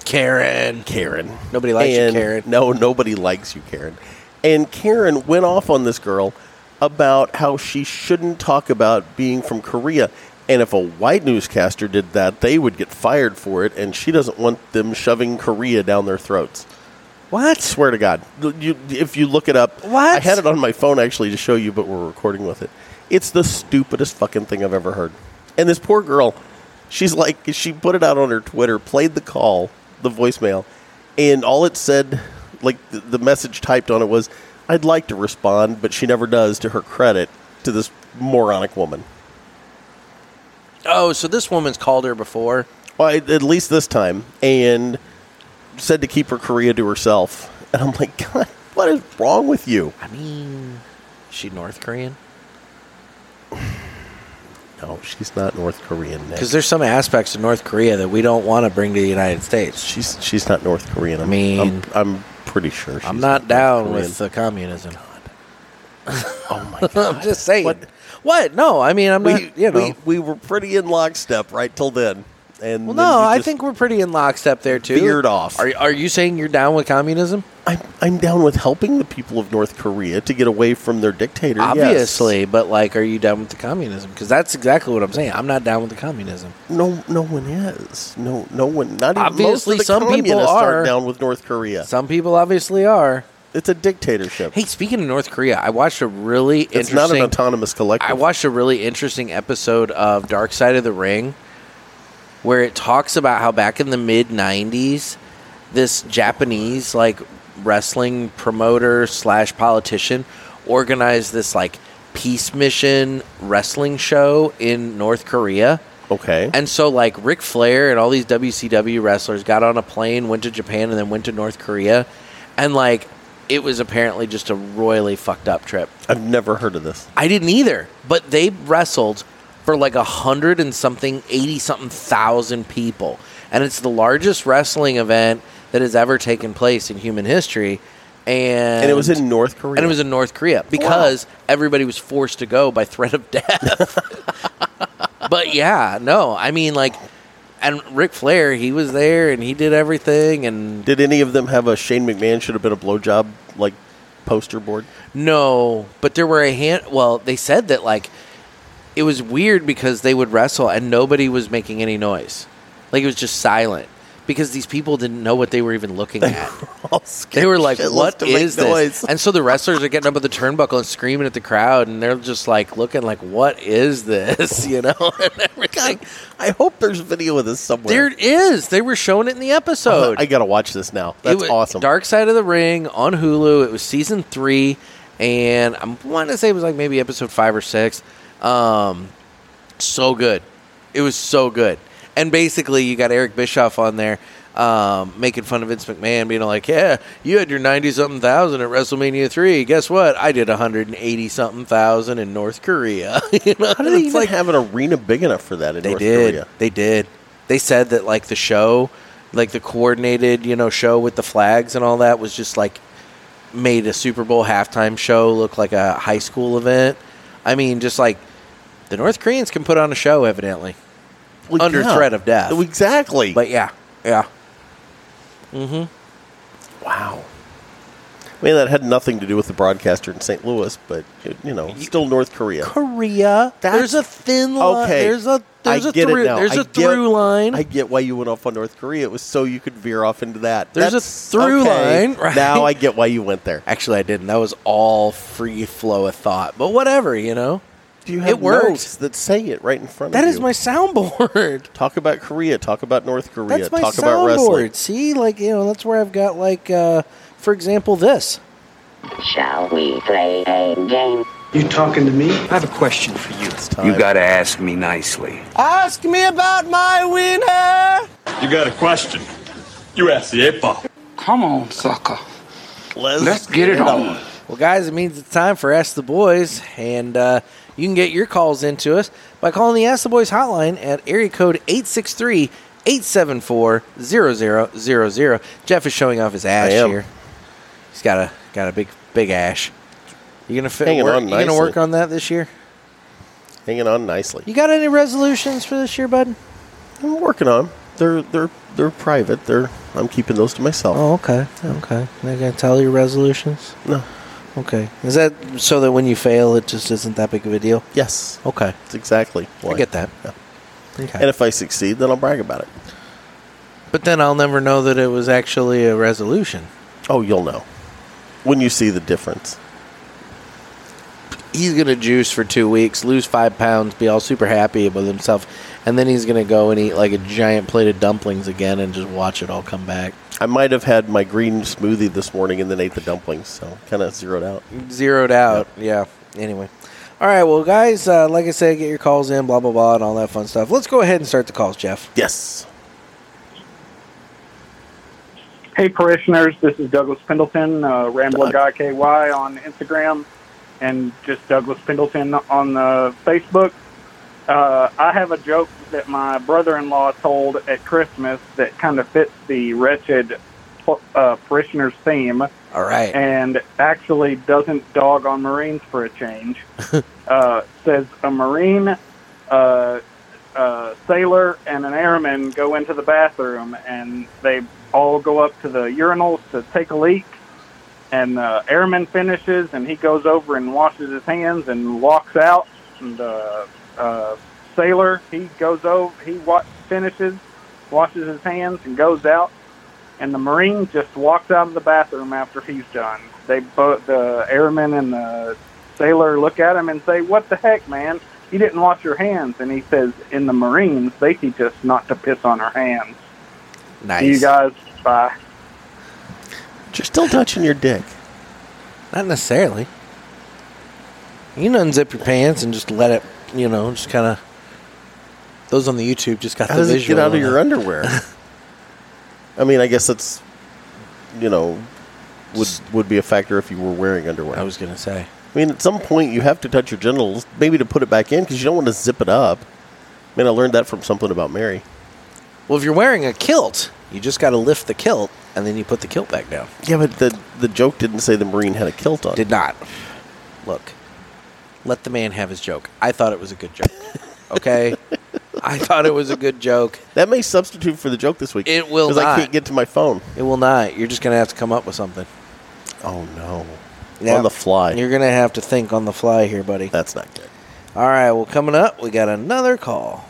Speaker 2: Karen.
Speaker 3: Karen.
Speaker 2: Nobody likes you,
Speaker 3: And-
Speaker 2: Karen.
Speaker 3: No, nobody likes you, Karen. And Karen went off on this girl about how she shouldn't talk about being from Korea. And if a white newscaster did that, they would get fired for it. And she doesn't want them shoving Korea down their throats.
Speaker 2: What?
Speaker 3: Swear to God. You, if you look it up,
Speaker 2: What?
Speaker 3: I had it on my phone actually to show you, but we're recording with it. It's the stupidest fucking thing I've ever heard. And this poor girl, she's like, she put it out on her Twitter, played the call, the voicemail, and all it said, like the, the message typed on it was, I'd like to respond, but she never does to her credit to this moronic woman.
Speaker 2: Oh, so this woman's called her before.
Speaker 3: Well, at at least this time, and said to keep her Korea to herself. And I'm like, God, what is wrong with you?
Speaker 2: I mean, is she North Korean?
Speaker 3: No, she's not North Korean. Nick.
Speaker 2: Because there's some aspects of North Korea that we don't want to bring to the United States.
Speaker 3: she's she's not North Korean. I'm,
Speaker 2: I mean-
Speaker 3: I'm, I'm pretty sure. She's
Speaker 2: I'm not down
Speaker 3: North
Speaker 2: with the communism.
Speaker 3: Korean. Oh my god!
Speaker 2: I'm just saying.
Speaker 3: What?
Speaker 2: What? No, I mean, I'm
Speaker 3: We,
Speaker 2: not. You know.
Speaker 3: we we were pretty in lockstep right till then, and
Speaker 2: well,
Speaker 3: then
Speaker 2: no,
Speaker 3: you
Speaker 2: I
Speaker 3: just-
Speaker 2: think we're pretty in lockstep there too.
Speaker 3: veered off.
Speaker 2: Are Are you saying you're down with communism?
Speaker 3: I'm I'm down with helping the people of North Korea to get away from their dictator. yes.
Speaker 2: Obviously, but like, are you down with the communism? Because that's exactly what I'm saying. I'm not down with the communism.
Speaker 3: no, no one is. No, no one. Not even
Speaker 2: Obviously,
Speaker 3: most of the
Speaker 2: some people
Speaker 3: communists
Speaker 2: are.
Speaker 3: down with North Korea.
Speaker 2: Some people obviously are.
Speaker 3: It's a dictatorship.
Speaker 2: Hey, speaking of North Korea, I watched a really
Speaker 3: it's
Speaker 2: interesting.
Speaker 3: not an autonomous collective.
Speaker 2: I watched a really interesting episode of Dark Side of the Ring where it talks about how back in the mid 90s, this Japanese like wrestling promoter slash politician organized this like peace mission wrestling show in North Korea.
Speaker 3: okay.
Speaker 2: And so, like, Ric Flair and all these WCW wrestlers got on a plane, went to Japan, and then went to North Korea. And, like, it was apparently just a royally fucked up trip.
Speaker 3: I've never heard of this.
Speaker 2: I didn't either. But they wrestled for like a hundred and something, eighty something thousand people, and it's the largest wrestling event that has ever taken place in human history. And,
Speaker 3: And it was in North Korea.
Speaker 2: and it was in North Korea because everybody was forced to go by threat of death. but yeah, no, I mean like, and Ric Flair, he was there and he did everything, and
Speaker 3: Did any of them have a Shane McMahon should have been a blowjob like poster board?
Speaker 2: No, but there were a hand. Well, they said that like it was weird because they would wrestle and nobody was making any noise. Like it was just silent because these people didn't know what they were even looking at.
Speaker 3: All
Speaker 2: They were
Speaker 3: scared
Speaker 2: like,
Speaker 3: shitless
Speaker 2: "What
Speaker 3: to make
Speaker 2: is this?" And so the wrestlers are getting up at the turnbuckle and screaming at the crowd, and they're just like looking like, "What is this?" You know, and everything.
Speaker 3: God, I hope there's video of this somewhere.
Speaker 2: There it is. They were showing it in the episode.
Speaker 3: I gotta watch this now.
Speaker 2: It
Speaker 3: That's
Speaker 2: was
Speaker 3: awesome.
Speaker 2: Dark Side of the Ring on Hulu. It was season three, and I want to say it was like maybe episode five or six. Um, so good. It was so good. And basically, you got Eric Bischoff on there um, making fun of Vince McMahon, being like, "Yeah, you had your ninety something thousand at WrestleMania three. Guess what? I did hundred and eighty something thousand in North Korea." you know?
Speaker 3: How do they
Speaker 2: It's
Speaker 3: even
Speaker 2: like-
Speaker 3: have an arena big enough for that in
Speaker 2: they
Speaker 3: North
Speaker 2: did.
Speaker 3: Korea?
Speaker 2: They did. They said that like the show, like the coordinated, you know, show with the flags and all that was just like made a Super Bowl halftime show look like a high school event. I mean, just like the North Koreans can put on a show evidently.
Speaker 3: Well,
Speaker 2: Under threat of death.
Speaker 3: Oh, Exactly.
Speaker 2: But yeah. Yeah.
Speaker 3: wow. I mean, that had nothing to do with the broadcaster in St. Louis, but it- you know, still North Korea.
Speaker 2: Korea.
Speaker 3: That's-
Speaker 2: there's a thin line.
Speaker 3: Okay,
Speaker 2: There's a there's
Speaker 3: I
Speaker 2: a
Speaker 3: get
Speaker 2: through
Speaker 3: it now.
Speaker 2: there's
Speaker 3: I
Speaker 2: a
Speaker 3: get-
Speaker 2: through line.
Speaker 3: I get why you went off on North Korea. It was so you could veer off into that.
Speaker 2: There's a
Speaker 3: That's-
Speaker 2: through
Speaker 3: okay.
Speaker 2: line, right?
Speaker 3: Now I get why you went there.
Speaker 2: Actually, I didn't. That was all free flow of thought. But whatever, you know.
Speaker 3: Do you have
Speaker 2: It worked.
Speaker 3: notes that say it right in front
Speaker 2: That
Speaker 3: of you?
Speaker 2: is my soundboard.
Speaker 3: talk about Korea. Talk about North Korea.
Speaker 2: That's my
Speaker 3: talk about wrestling.
Speaker 2: soundboard. See, like you know, that's where I've got like, uh, for example, this.
Speaker 4: Shall we play a game?
Speaker 5: You talking to me? I have a question for you.
Speaker 3: It's time.
Speaker 6: You gotta ask me nicely.
Speaker 2: Ask me about my winner.
Speaker 7: You got a question? You ask the eight ball.
Speaker 8: Come on, sucker.
Speaker 3: Let's,
Speaker 8: Let's get it on.
Speaker 2: Well, guys, it means it's time for Ask the Boys, and uh, you can get your calls into us by calling the Ask the Boys hotline at area code 863 874 0000. Jeff is showing off his ash
Speaker 3: I am.
Speaker 2: here. He's got a got a big big ash. You gonna fit,
Speaker 3: Hanging
Speaker 2: work,
Speaker 3: on
Speaker 2: you gonna
Speaker 3: nicely.
Speaker 2: work on that this year?
Speaker 3: Hanging on nicely.
Speaker 2: You got any resolutions for this year, bud?
Speaker 3: I'm working on. 'em. They're they're they're private. They're I'm keeping those to myself.
Speaker 2: Oh, okay. Okay. They're going to tell you resolutions?
Speaker 3: No.
Speaker 2: Okay. Is that so that when you fail, it just isn't that big of a deal?
Speaker 3: Yes.
Speaker 2: Okay.
Speaker 3: That's exactly. Why.
Speaker 2: I get that.
Speaker 3: Yeah.
Speaker 2: Okay.
Speaker 3: And if I succeed, then I'll brag about it.
Speaker 2: but then I'll never know that it was actually a resolution.
Speaker 3: Oh, you'll know when you see the difference.
Speaker 2: He's going to juice for two weeks, lose five pounds, be all super happy with himself, and then he's going to go and eat like a giant plate of dumplings again and just watch it all come back.
Speaker 3: I might have had my green smoothie this morning and then ate the dumplings, so kind of zeroed out.
Speaker 2: zeroed out. Yeah. Anyway. All right. Well, guys, uh, like I said, get your calls in, blah, blah, blah, and all that fun stuff. Let's go ahead and start the calls, Jeff.
Speaker 3: Yes.
Speaker 9: Hey, parishioners, this is Douglas Pendleton, uh, Rambler
Speaker 3: Doug.
Speaker 9: Guy KY on Instagram, and just Douglas Pendleton on the Facebook. Uh, I have a joke that my brother-in-law told at Christmas that kind of fits the wretched uh, parishioners theme
Speaker 2: All right.
Speaker 9: and actually doesn't dog on Marines for a change. uh, says a Marine, uh, uh, sailor, and an airman go into the bathroom, and they all go up to the urinals to take a leak. And the airman finishes, and he goes over and washes his hands and walks out. And the uh, sailor, he goes over, he wa- finishes, washes his hands, and goes out and the Marine just walks out of the bathroom after he's done. They both the airman and the sailor look at him and say, "What the heck, man? You didn't wash your hands." And he says, "In the Marines, they teach us not to piss on our hands."
Speaker 2: nice.
Speaker 9: See You guys, bye.
Speaker 3: But you're still touching your dick.
Speaker 2: Not necessarily. You can unzip your pants and just let it, you know, just kind of. Those on the YouTube just got
Speaker 3: How
Speaker 2: the
Speaker 3: does it
Speaker 2: visual.
Speaker 3: get out of
Speaker 2: on
Speaker 3: your
Speaker 2: that.
Speaker 3: underwear? I mean, I guess that's, you know, would would be a factor if you were wearing underwear.
Speaker 2: I was gonna say.
Speaker 3: I mean, at some point you have to touch your genitals, maybe to put it back in because you don't want to zip it up. I mean, I learned that from something about Mary.
Speaker 2: Well, if you're wearing a kilt, you just got to lift the kilt and then you put the kilt back down.
Speaker 3: Yeah, but the the joke didn't say the Marine had a kilt on.
Speaker 2: Did not. Look, let the man have his joke. I thought it was a good joke. Okay, I thought it was a good joke.
Speaker 3: that may substitute for the joke this week.
Speaker 2: It will
Speaker 3: I
Speaker 2: not.
Speaker 3: can't get to my phone.
Speaker 2: It will not. You're just gonna have to come up with something
Speaker 3: Oh no!
Speaker 2: Yeah.
Speaker 3: On the fly.
Speaker 2: You're gonna have to think on the fly here, buddy.
Speaker 3: That's not good.
Speaker 2: All right. Well, coming up, we got another call.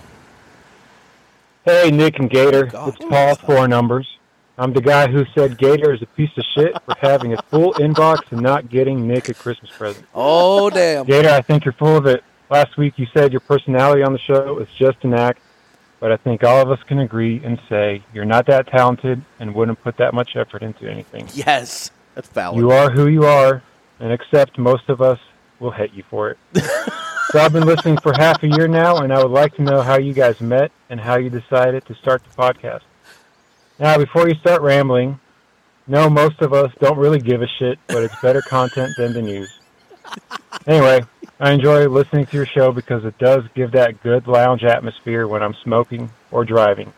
Speaker 10: Hey, Nick and Gator.
Speaker 2: God.
Speaker 10: It's Paul Four Numbers. I'm the guy who said Gator is a piece of shit for having a full inbox and not getting Nick a Christmas present.
Speaker 2: Oh damn.
Speaker 10: Gator, I think you're full of it. Last week you said your personality on the show is just an act, but I think all of us can agree and say you're not that talented and wouldn't put that much effort into anything.
Speaker 2: Yes.
Speaker 3: That's valid.
Speaker 10: You are who you are, and except most of us will hate you for it. so I've been listening for half a year now, and I would like to know how you guys met and how you decided to start the podcast. Now, before you start rambling, no, most of us don't really give a shit, but it's better content than the news. Anyway, I enjoy listening to your show because it does give that good lounge atmosphere when I'm smoking or driving.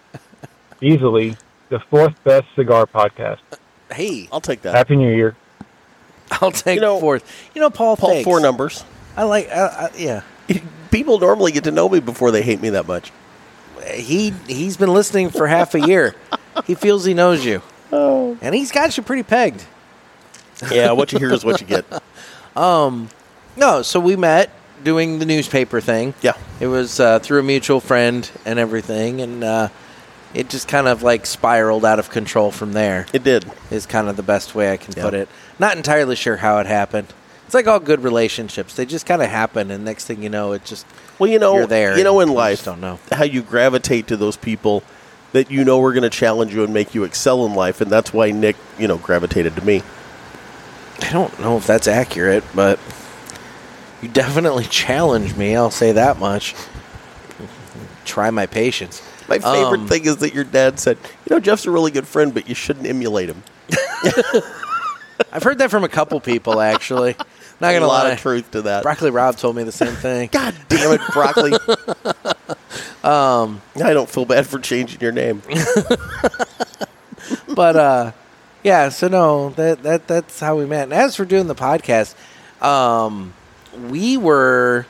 Speaker 10: Easily the fourth best cigar podcast.
Speaker 2: Hey,
Speaker 3: I'll take that.
Speaker 10: Happy New Year.
Speaker 2: I'll take
Speaker 3: You know-
Speaker 2: fourth. You know, Paul.
Speaker 3: Paul,
Speaker 2: thanks.
Speaker 3: four numbers.
Speaker 2: I like. I, I, yeah.
Speaker 3: People normally get to know me before they hate me that much.
Speaker 2: He he's been listening for half a year. he feels he knows you. Oh. And he's got you pretty pegged.
Speaker 3: Yeah, what you hear is what you get.
Speaker 2: No, so we met doing the newspaper thing.
Speaker 3: Yeah.
Speaker 2: It was uh, through a mutual friend and everything, and uh, it just kind of like spiraled out of control from there.
Speaker 3: It did.
Speaker 2: Is kind of the best way I can
Speaker 3: Yeah.
Speaker 2: put it. Not entirely sure how it happened. It's like all good relationships; they just kind of happen, and next thing you know, it just
Speaker 3: Well, you know,
Speaker 2: You're there
Speaker 3: You know, in
Speaker 2: and you
Speaker 3: life,
Speaker 2: just don't know.
Speaker 3: how you gravitate to those people that you know are going to challenge you and make you excel in life, and that's why Nick, you know, gravitated to me.
Speaker 2: I don't know if that's accurate, but you definitely challenged me. I'll say that much. Try my patience.
Speaker 3: My favorite
Speaker 2: Um,
Speaker 3: thing is that your dad said, "You know, Jeff's a really good friend, but you shouldn't emulate him."
Speaker 2: I've heard that from a couple people actually. Not
Speaker 3: There's
Speaker 2: gonna
Speaker 3: a lot
Speaker 2: lie.
Speaker 3: of truth to that.
Speaker 2: Broccoli Rob told me the same thing.
Speaker 3: God damn it, broccoli. um, I don't feel bad for changing your name.
Speaker 2: but uh, yeah, so no, that that that's how we met. And as for doing the podcast, um, we were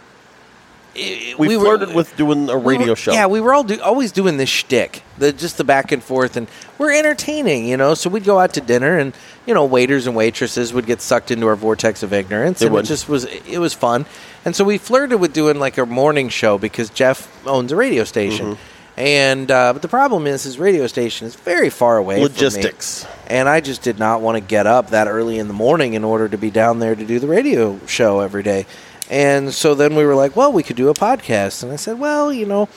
Speaker 2: i-
Speaker 3: We,
Speaker 2: were-
Speaker 3: flirted with doing a
Speaker 2: we
Speaker 3: radio
Speaker 2: were-
Speaker 3: show.
Speaker 2: Yeah, we were all do, always doing this shtick, the just the back and forth, and we're entertaining, you know. So we'd go out to dinner, and you know, waiters and waitresses would get sucked into our vortex of ignorance,
Speaker 3: They
Speaker 2: and
Speaker 3: would.
Speaker 2: it just was it was fun. And so we flirted with doing like a morning show because Jeff owns a radio station.
Speaker 3: Mm-hmm.
Speaker 2: And uh, but the problem is his radio station is very far away. from me.
Speaker 3: Logistics.
Speaker 2: and I just did not want to get up that early in the morning in order to be down there to do the radio show every day. And so then we were like, well, we could do a podcast. And I said, well, you know,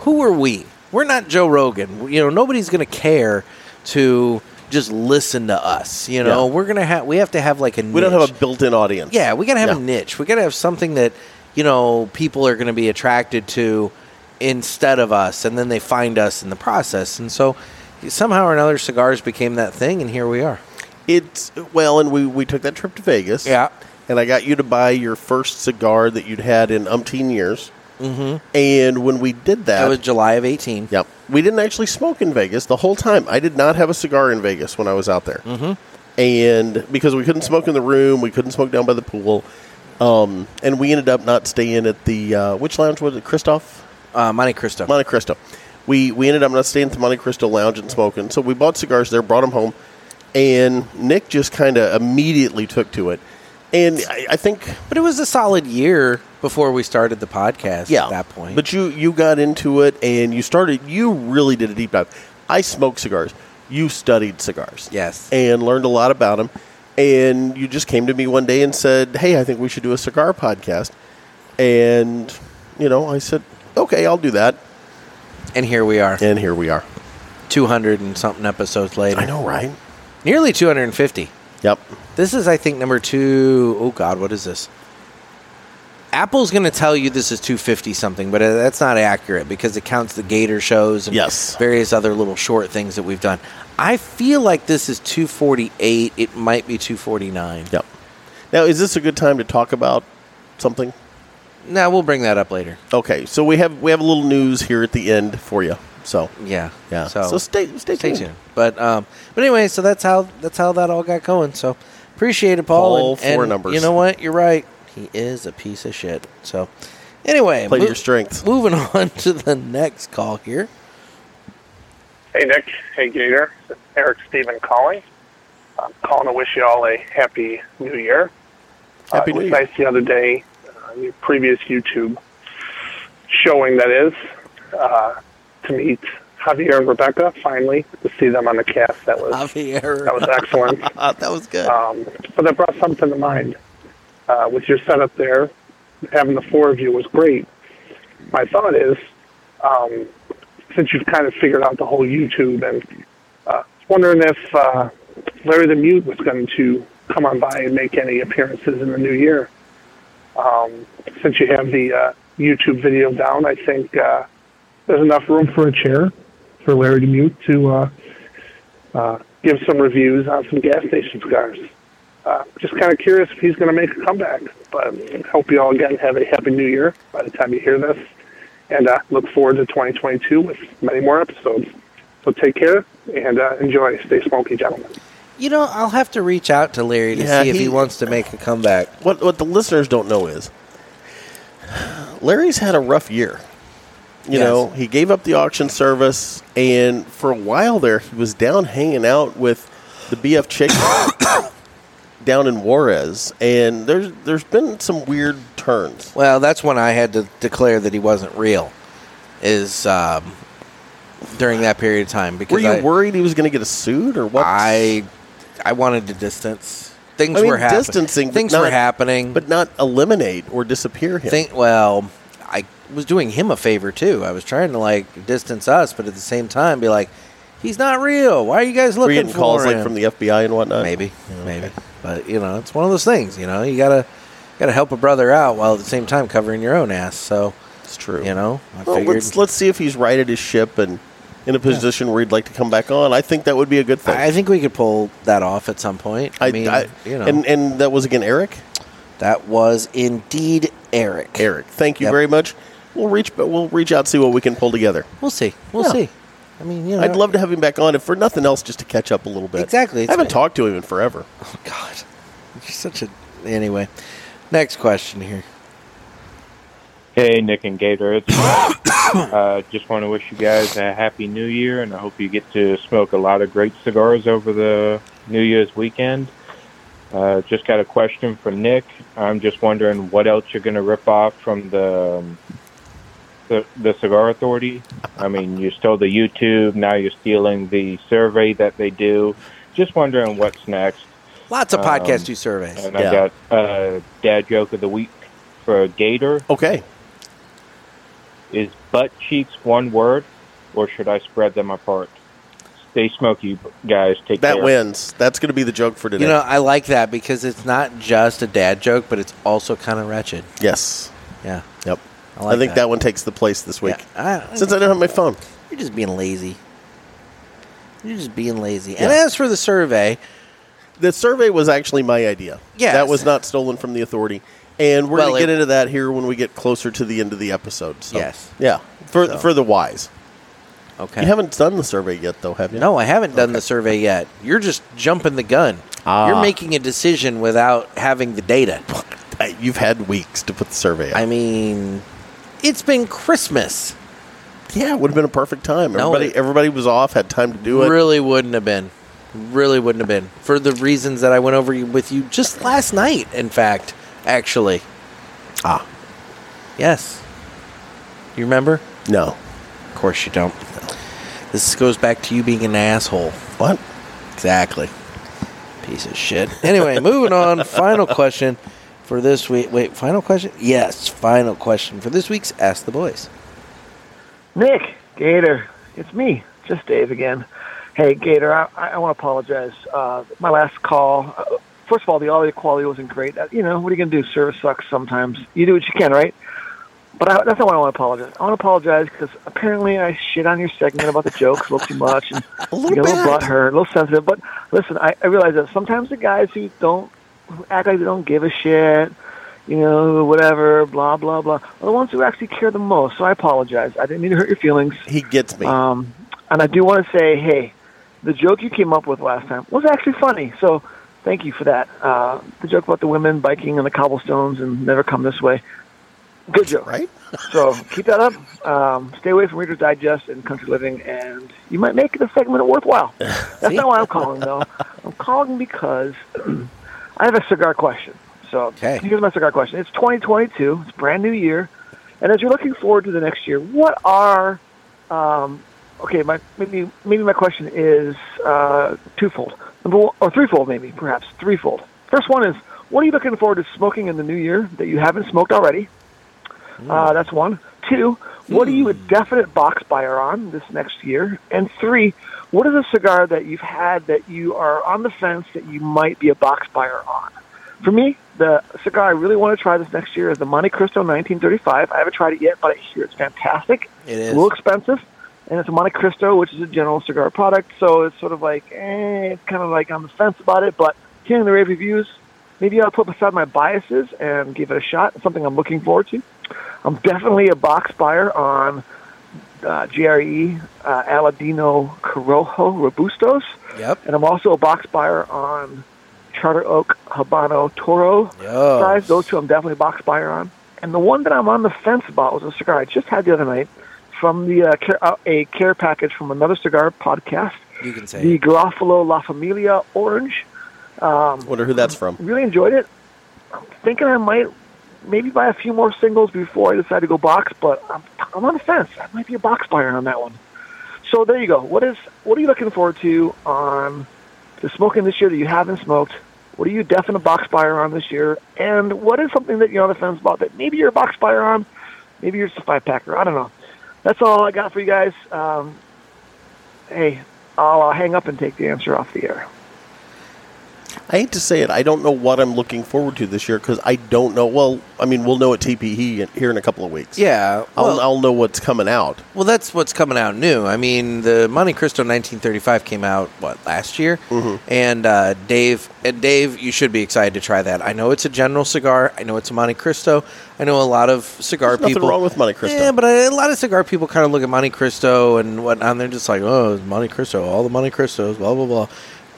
Speaker 2: who are we? We're not Joe Rogan. You know, nobody's going to care to just listen to us. You know,
Speaker 3: Yeah.
Speaker 2: we're going to have, we have to have like a niche.
Speaker 3: We don't have a built-in audience.
Speaker 2: Yeah, we got to have a
Speaker 3: Yeah.
Speaker 2: niche. We got to have something that, you know, people are going to be attracted to instead of us, and then they find us in the process. And so somehow or another, cigars became that thing, and here we are.
Speaker 3: It's well, and we we took that trip to Vegas.
Speaker 2: Yeah.
Speaker 3: and I got you to buy your first cigar that you'd had in umpteen years. Mm-hmm. And when we did that,
Speaker 2: That was July of 18.
Speaker 3: Yep. We didn't actually smoke in Vegas the whole time. I did not have a cigar in Vegas when I was out there. Mm-hmm. And because we couldn't smoke in the room, we couldn't smoke down by the pool. Um, and we ended up not staying at the, uh, which lounge was it? Christoph?
Speaker 2: Uh, Monte Cristo.
Speaker 3: Monte Cristo. We, we ended up not staying at the Monte Cristo lounge and smoking. So we bought cigars there, brought them home. And Nick just kind of immediately took to it. And I, I think,
Speaker 2: but it was a solid year before we started the podcast
Speaker 3: yeah.
Speaker 2: at that point.
Speaker 3: But you, you got into it and you started, you really did a deep dive. I smoke cigars. You studied cigars.
Speaker 2: yes.
Speaker 3: and learned a lot about them. And you just came to me one day and said, "Hey, I think we should do a cigar podcast." And you know, I said, "Okay, I'll do that."
Speaker 2: and here we are,
Speaker 3: And here we are.
Speaker 2: 200 and something episodes later.
Speaker 3: I know, right?
Speaker 2: Nearly 250.
Speaker 3: Yep.
Speaker 2: This is, I think, number two oh God, what is this? Apple's going to tell you this is 250 something, but uh, that's not accurate because it counts the Gator shows and
Speaker 3: Yes.
Speaker 2: various other little short things that we've done. I feel like this is 248. It might be 249.
Speaker 3: Yep. Now, is this a good time to talk about something?
Speaker 2: Now we'll bring that up later.
Speaker 3: Okay, so we have we have a little news here at the end for you. So
Speaker 2: Yeah,
Speaker 3: yeah,
Speaker 2: So,
Speaker 3: stay stay,
Speaker 2: stay tuned. But um, but anyway, so that's how that's how that all got going. So appreciate it, Paul.
Speaker 3: Paul,
Speaker 2: and,
Speaker 3: four
Speaker 2: and
Speaker 3: numbers.
Speaker 2: You know what? You're right. He is a piece of shit. So anyway,
Speaker 3: Play to
Speaker 2: mo-
Speaker 3: your strengths.
Speaker 2: Moving on to the next call here.
Speaker 11: Hey, Nick. Hey, Gator. Eric Steven calling. I'm calling to wish you all a happy new year.
Speaker 3: Happy
Speaker 11: uh, it
Speaker 3: New
Speaker 11: was
Speaker 3: Year.
Speaker 11: nice the other day uh,
Speaker 12: your previous YouTube showing, that is, uh, to meet Javier and Rebecca finally to see them on the cast. That was
Speaker 2: Javier.
Speaker 12: that was excellent.
Speaker 3: that was good.
Speaker 12: Um, but that brought something to mind uh, with your setup there. Having the four of you was great. My thought is, um, since you've kind of figured out the whole YouTube, and uh, wondering if uh, Larry the Mute was going to come on by and make any appearances in the new year. Um, since you have the uh, YouTube video down, I think uh, there's enough room for a chair for Larry the Mute to uh, uh, give some reviews on some gas station cigars. Uh, just kind of curious if he's going to make a comeback. But um, hope you all again have a happy new year by the time you hear this, and uh, look forward to 2022 with many more episodes. So take care and uh, enjoy. Stay smoky, gentlemen.
Speaker 2: You know, I'll have to reach out to Larry to
Speaker 3: Yeah,
Speaker 2: see if he
Speaker 3: he-
Speaker 2: wants to make a comeback.
Speaker 3: What what the listeners don't know is Larry's had a rough year. You
Speaker 2: Yes.
Speaker 3: know, he gave up the auction service, and for a while there, he was down hanging out with the BF chick down in Juarez, and there's there's been some weird turns.
Speaker 2: Well, that's when I had to declare that he wasn't real. Is um, during that period of time because
Speaker 3: Were you
Speaker 2: I,
Speaker 3: worried he was going to get a suit or what?
Speaker 2: I I wanted to distance. Things
Speaker 3: I mean,
Speaker 2: were happening.
Speaker 3: distancing, but
Speaker 2: Things were
Speaker 3: not-
Speaker 2: happening.
Speaker 3: but not eliminate or disappear him.
Speaker 2: Think well, I was doing him a favor too. I was trying to like distance us, but at the same time, be like, he's not real. Why are you guys
Speaker 3: Were
Speaker 2: looking
Speaker 3: you getting
Speaker 2: for
Speaker 3: calls
Speaker 2: him?
Speaker 3: like from the FBI and whatnot?
Speaker 2: maybe, maybe. But you know, it's one of those things. You know, you gotta gotta help a brother out while at the same time covering your own ass. So
Speaker 3: it's true.
Speaker 2: you know, I
Speaker 3: Well,
Speaker 2: figured.
Speaker 3: let's let's see if he's righted his ship and in a position where he'd like to come back on. I think that would be a good thing.
Speaker 2: I think we could pull that off at some point. I, mean,
Speaker 3: I-
Speaker 2: you know,
Speaker 3: and and that was again Eric.
Speaker 2: that was indeed Eric.
Speaker 3: Eric, thank you
Speaker 2: Yep.
Speaker 3: very much. We'll reach, but we'll reach out see what we can pull together.
Speaker 2: We'll see. We'll
Speaker 3: Yeah.
Speaker 2: see. I mean, you know,
Speaker 3: I'd love to have him back on, if for nothing else, just to catch up a little bit.
Speaker 2: Exactly.
Speaker 3: I haven't talked to him in forever.
Speaker 2: God, you're such a. Anyway, next question here.
Speaker 10: Hey, Nick and Gator. It's Mike. uh, just want to wish you guys a happy new year, and I hope you get to smoke a lot of great cigars over the New Year's weekend. Uh, just got a question for Nick. I'm just wondering what else you're going to rip off from the, um, the the Cigar Authority. I mean, you stole the YouTube. Now you're stealing the survey that they do. Just wondering what's next.
Speaker 2: Lots of
Speaker 10: Um,
Speaker 2: podcast do surveys.
Speaker 10: And
Speaker 3: Yeah.
Speaker 10: I got uh, dad joke of the week for Gator.
Speaker 3: Okay.
Speaker 10: Is butt cheeks one word, or should I spread them apart? Stay smoky, guys. Take
Speaker 3: That
Speaker 10: care.
Speaker 3: wins. That's going to be the joke for today.
Speaker 2: You know, I like that because it's not just a dad joke, but it's also kind of wretched.
Speaker 3: yes.
Speaker 2: Yeah,
Speaker 3: Yep.
Speaker 2: I like
Speaker 3: I think
Speaker 2: that.
Speaker 3: that. one takes the place this week.
Speaker 2: Yeah, I-
Speaker 3: Since I don't have my phone.
Speaker 2: You're just being lazy. You're just being lazy. And
Speaker 3: Yeah.
Speaker 2: as for the survey,
Speaker 3: The survey was actually my idea.
Speaker 2: Yes.
Speaker 3: That was not stolen from the authority. And we're
Speaker 2: Well,
Speaker 3: going to
Speaker 2: it-
Speaker 3: get into that here when we get closer to the end of the episode. So,
Speaker 2: Yes.
Speaker 3: Yeah. For,
Speaker 2: So-
Speaker 3: for the wise.
Speaker 2: okay.
Speaker 3: You haven't done the survey yet, though, have you?
Speaker 2: no, I haven't done the survey yet. You're just jumping the gun.
Speaker 3: Ah.
Speaker 2: You're making a decision without having the data.
Speaker 3: I- You've had weeks to put the survey up.
Speaker 2: I mean, it's been Christmas.
Speaker 3: yeah, it would have been a perfect time.
Speaker 2: No,
Speaker 3: Everybody,
Speaker 2: it-
Speaker 3: everybody was off, had time to do it.
Speaker 2: Really wouldn't have been. Really wouldn't have been for the reasons that I went over with you just last night. In fact, actually,
Speaker 3: Ah,
Speaker 2: yes. You remember?
Speaker 3: no.
Speaker 2: Of course you don't. This goes back to you being an asshole.
Speaker 3: What?
Speaker 2: Exactly. Piece of shit. Anyway, moving on. Final question for this week. Wait, final question? Yes, final question for this week's Ask the Boys.
Speaker 9: Nick, Gator, it's me, just Dave again. Hey, Gator, I, I want to apologize. Uh, my last call, uh, first of all, the audio quality wasn't great. Uh, you know, what are you going to do? Service sucks sometimes. You do what you can, right? But I, that's not why I want to apologize. I want to apologize because apparently I shit on your segment about the jokes a little too much and
Speaker 3: A
Speaker 9: you get a little butthurt, a little sensitive. But listen, I, I realize that sometimes the guys who don't who act like they don't give a shit, you know, whatever, blah blah blah, are the ones who actually care the most. So I apologize. I didn't mean to hurt your feelings.
Speaker 3: He gets me.
Speaker 9: Um, and I do want to say, hey, the joke you came up with last time was actually funny. So thank you for that. Uh, the joke about the women biking on the cobblestones and never come this way. Good joke.
Speaker 3: right?
Speaker 9: So keep that up. Um, stay away from Reader's Digest and Country Living, and you might make the segment worthwhile. That's not why I'm calling, though. I'm calling because I have a cigar question.
Speaker 12: So here's my cigar question. It's 2022. It's a brand new year. And as you're looking forward to the next year, what are, um, okay, my, maybe, maybe my question is uh, twofold, Number one- or threefold maybe, perhaps, threefold. First one is, what are you looking forward to smoking in the new year that you haven't smoked already? Uh, that's one. Two, what are you a definite box buyer on this next year? And three, what is a cigar that you've had that you are on the fence that you might be a box buyer on? For me, the cigar I really want to try this next year is the Monte Cristo 1935. I haven't tried it yet, but I hear it's fantastic.
Speaker 2: It
Speaker 12: A little expensive, and it's a Monte Cristo, which is a general cigar product. So it's sort of like, eh, it's kind of like on the fence about it. But hearing the rave reviews, maybe I'll put aside my biases and give it a shot. It's something I'm looking forward to. I'm definitely a box buyer on uh, GRE uh, Aladino Corojo Robustos.
Speaker 2: Yep.
Speaker 12: And I'm also a box buyer on Charter Oak Habano Toro
Speaker 2: Yo.
Speaker 12: size. Those two I'm definitely a box buyer on. And the one that I'm on the fence about was a cigar I just had the other night from the uh, care, uh, a care package from another cigar podcast,
Speaker 2: You can say
Speaker 12: the
Speaker 2: it.
Speaker 12: Garofalo La Familia Orange. Um,
Speaker 3: Wonder who that's from.
Speaker 12: Really enjoyed it. I'm thinking I might maybe buy a few more singles before I decide to go box, but I'm, I'm on the fence. I might be a box buyer on that one. So there you go. What is what are you looking forward to on the smoking this year that you haven't smoked? What are you definite box buyer on this year? And what is something that you're on the fence about that maybe you're a box buyer on? Maybe you're just a five packer. I don't know. That's all I got for you guys. Um, hey, I'll, I'll hang up and take the answer off the air.
Speaker 3: I hate to say it. I don't know what I'm looking forward to this year because I don't know. Well, I mean, we'll know at TPE in- here in a couple of weeks.
Speaker 2: Yeah,
Speaker 3: I'll,
Speaker 2: well-
Speaker 3: I'll know what's coming out.
Speaker 2: Well, that's what's coming out new. I mean, the Monte Cristo 1935 came out what last year,
Speaker 3: Mm-hmm.
Speaker 2: and uh, Dave, and Dave, you should be excited to try that. I know it's a general cigar. I know it's a Monte Cristo. I know a lot of cigar
Speaker 3: There's nothing
Speaker 2: people.
Speaker 3: wrong with Monte Cristo.
Speaker 2: Yeah, but a lot of cigar people kind of look at Monte Cristo and whatnot. And they're just like, oh, Monte Cristo, all the Monte Cristos, blah blah blah.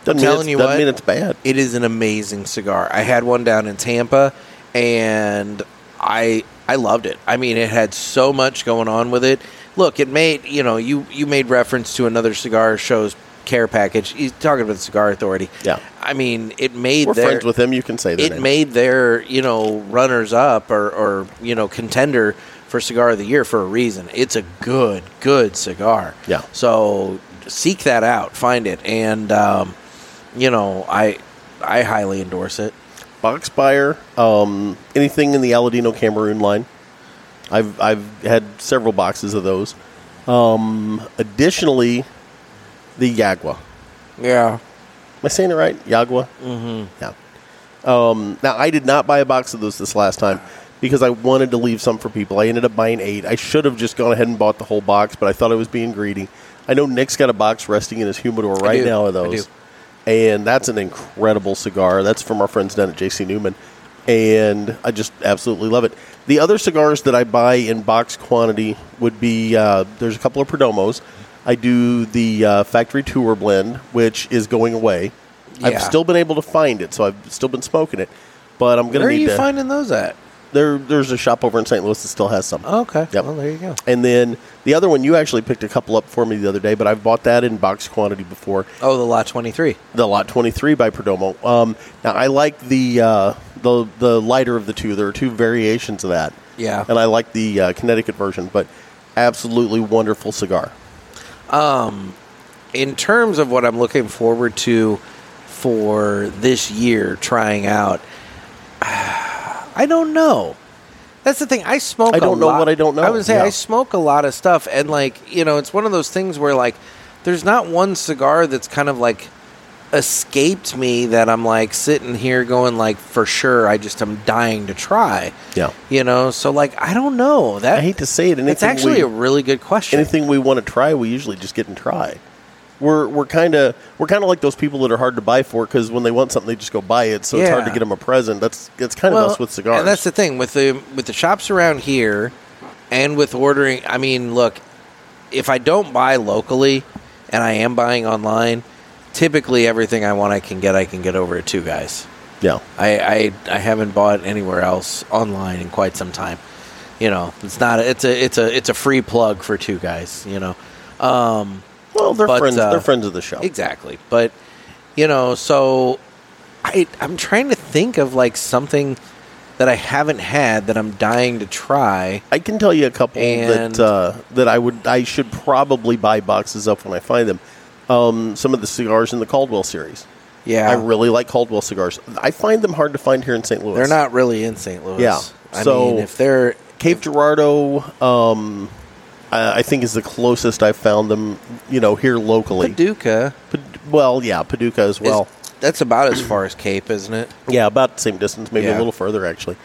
Speaker 3: Doesn't mean it's- doesn't mean it's bad.
Speaker 2: It is an amazing cigar. I had one down in Tampa, and I I loved it. I mean, it had so much going on with it. Look, it made you know you you made reference to another cigar show's care package. He's talking about the Cigar Authority.
Speaker 3: Yeah.
Speaker 2: I mean, it made
Speaker 3: We're
Speaker 2: their-
Speaker 3: friends with them. You can say their
Speaker 2: it
Speaker 3: name.
Speaker 2: made their you know runners up or, or you know contender for cigar of the year for a reason. It's a good good cigar.
Speaker 3: Yeah.
Speaker 2: So seek that out, find it, and um, you know I I highly endorse it.
Speaker 3: box buyer. Um, anything in the Aladino Cameroon line. I've I've had several boxes of those. Um, additionally, the Yagua.
Speaker 2: Yeah.
Speaker 3: Am I saying it right? Yagua.
Speaker 2: Mm-hmm.
Speaker 3: Yeah. Um, now I did not buy a box of those this last time because I wanted to leave some for people. I ended up buying eight. I should have just gone ahead and bought the whole box, but I thought I was being greedy. I know Nick's got a box resting in his humidor right
Speaker 2: do.
Speaker 3: now
Speaker 2: I
Speaker 3: of those, and that's an incredible cigar. That's from our friends down at JC Newman, and I just absolutely love it. The other cigars that I buy in box quantity would be uh, there's a couple of Perdomos. I do the uh, factory tour blend, which is going away.
Speaker 2: Yeah.
Speaker 3: I've still been able to find it, so I've still been smoking it. But I'm gonna
Speaker 2: Where are
Speaker 3: need
Speaker 2: you
Speaker 3: to.
Speaker 2: finding those at?
Speaker 3: there, there's a shop over in St. Louis that still has some.
Speaker 2: Okay.
Speaker 3: Yep.
Speaker 2: Well, there you go.
Speaker 3: And then the other one, you actually picked a couple up for me the other day, but I've bought that in box quantity before.
Speaker 2: Oh, the lot twenty three.
Speaker 3: The Lot 23 by Perdomo. Um, now I like the uh, the the lighter of the two. There are two variations of that.
Speaker 2: Yeah.
Speaker 3: And I like the uh, Connecticut version, but absolutely wonderful cigar.
Speaker 2: Um, in terms of what I'm looking forward to for this year, trying out, I don't know. That's the thing. I smoke.
Speaker 3: I don't
Speaker 2: a
Speaker 3: know
Speaker 2: lot-
Speaker 3: what I don't know.
Speaker 2: I would say
Speaker 3: Yeah.
Speaker 2: I smoke a lot of stuff, and like you know, it's one of those things where like there's not one cigar that's kind of like escaped me that I'm like sitting here going like for sure I just am dying to try.
Speaker 3: Yeah.
Speaker 2: You know, so like I don't know. That
Speaker 3: I hate to say it. Anything
Speaker 2: That's actually
Speaker 3: we-
Speaker 2: a really good question.
Speaker 3: Anything we want to try, we usually just get and try. We're we're kind of we're kind of like those people that are hard to buy for because when they want something, they just go buy it. So it's hard to
Speaker 2: Yeah.
Speaker 3: get them a present. That's that's kind of us with cigars.
Speaker 2: And that's the thing with the with the shops around here, and with ordering. I mean, look, if I don't buy locally, and I am buying online, typically everything I want I can get I can get over at Two Guys.
Speaker 3: yeah.
Speaker 2: I, I I haven't bought anywhere else online in quite some time. You know, it's not it's a it's a it's a free plug for Two Guys. You know, um,
Speaker 3: Well, they're
Speaker 2: but,
Speaker 3: friends.
Speaker 2: uh,
Speaker 3: they're friends of the show.
Speaker 2: Exactly. But you know, so I, I'm trying to think of like something that I haven't had that I'm dying to try.
Speaker 3: I can tell you a couple
Speaker 2: And-
Speaker 3: that uh, that I would I should probably buy boxes up when I find them. Um, some of the cigars in the Caldwell series.
Speaker 2: Yeah.
Speaker 3: I really like Caldwell cigars. I find them hard to find here in St. Louis.
Speaker 2: They're not really in St. Louis.
Speaker 3: Yeah.
Speaker 2: I
Speaker 3: so
Speaker 2: mean, if they're
Speaker 3: Cape Girardeau, um, I, I think is the closest I've found them. You know, here locally.
Speaker 2: Paducah.
Speaker 3: well, yeah, Paducah as well.
Speaker 2: that's about as far as Cape, isn't it?
Speaker 3: Yeah, about the same distance, maybe
Speaker 2: Yeah.
Speaker 3: a little further actually.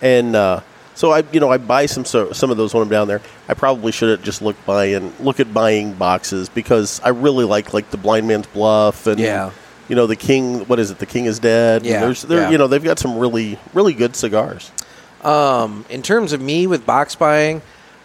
Speaker 3: And uh, so I, you know, I buy some so, some of those when I'm down there. I probably should have just looked by and look at buying boxes because I really like like the Blind Man's Bluff and
Speaker 2: Yeah.
Speaker 3: you know the King. What is it? The King is dead. And
Speaker 2: Yeah,
Speaker 3: there's there.
Speaker 2: yeah.
Speaker 3: You know, they've got some really really good cigars.
Speaker 2: Um, in terms of me with box buying,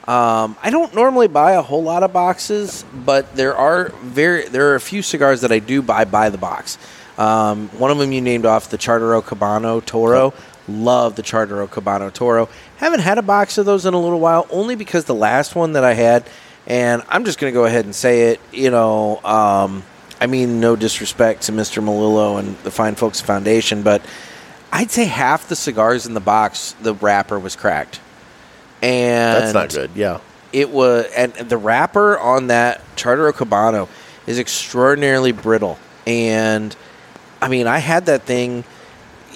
Speaker 2: um, I don't normally buy a whole lot of boxes, but there are very there are a few cigars that I do buy by the box. Um, one of them you named off the Chartero Cabano Toro. Love the Chartero Cabano Toro. Haven't had a box of those in a little while, only because the last one that I had, and I'm just going to go ahead and say it. You know, um, I mean, no disrespect to Mr. Melillo and the fine folks at foundation, but I'd say half the cigars in the box, the wrapper was cracked, and
Speaker 3: That's not good. Yeah,
Speaker 2: It was, and the wrapper on that Chartero Cabano is extraordinarily brittle, and I mean, I had that thing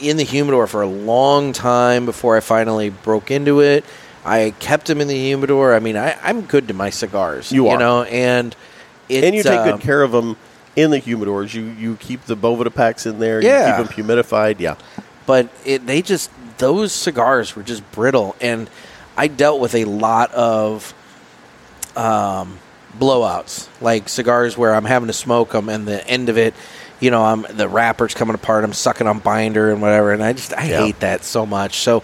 Speaker 2: in the humidor for a long time before I finally broke into it. I kept them in the humidor. I mean, I, I'm good to my cigars.
Speaker 3: You are.
Speaker 2: know, and it's,
Speaker 3: and you take
Speaker 2: um,
Speaker 3: good care of them in the humidors. You you keep the Bovida packs in there.
Speaker 2: Yeah.
Speaker 3: you keep them humidified. Yeah,
Speaker 2: but it, they just those cigars were just brittle and i dealt with a lot of um, blowouts like cigars where i'm having to smoke them and the end of it you know i'm the wrapper's coming apart i'm sucking on binder and whatever and i just i
Speaker 3: Yeah.
Speaker 2: hate that so much so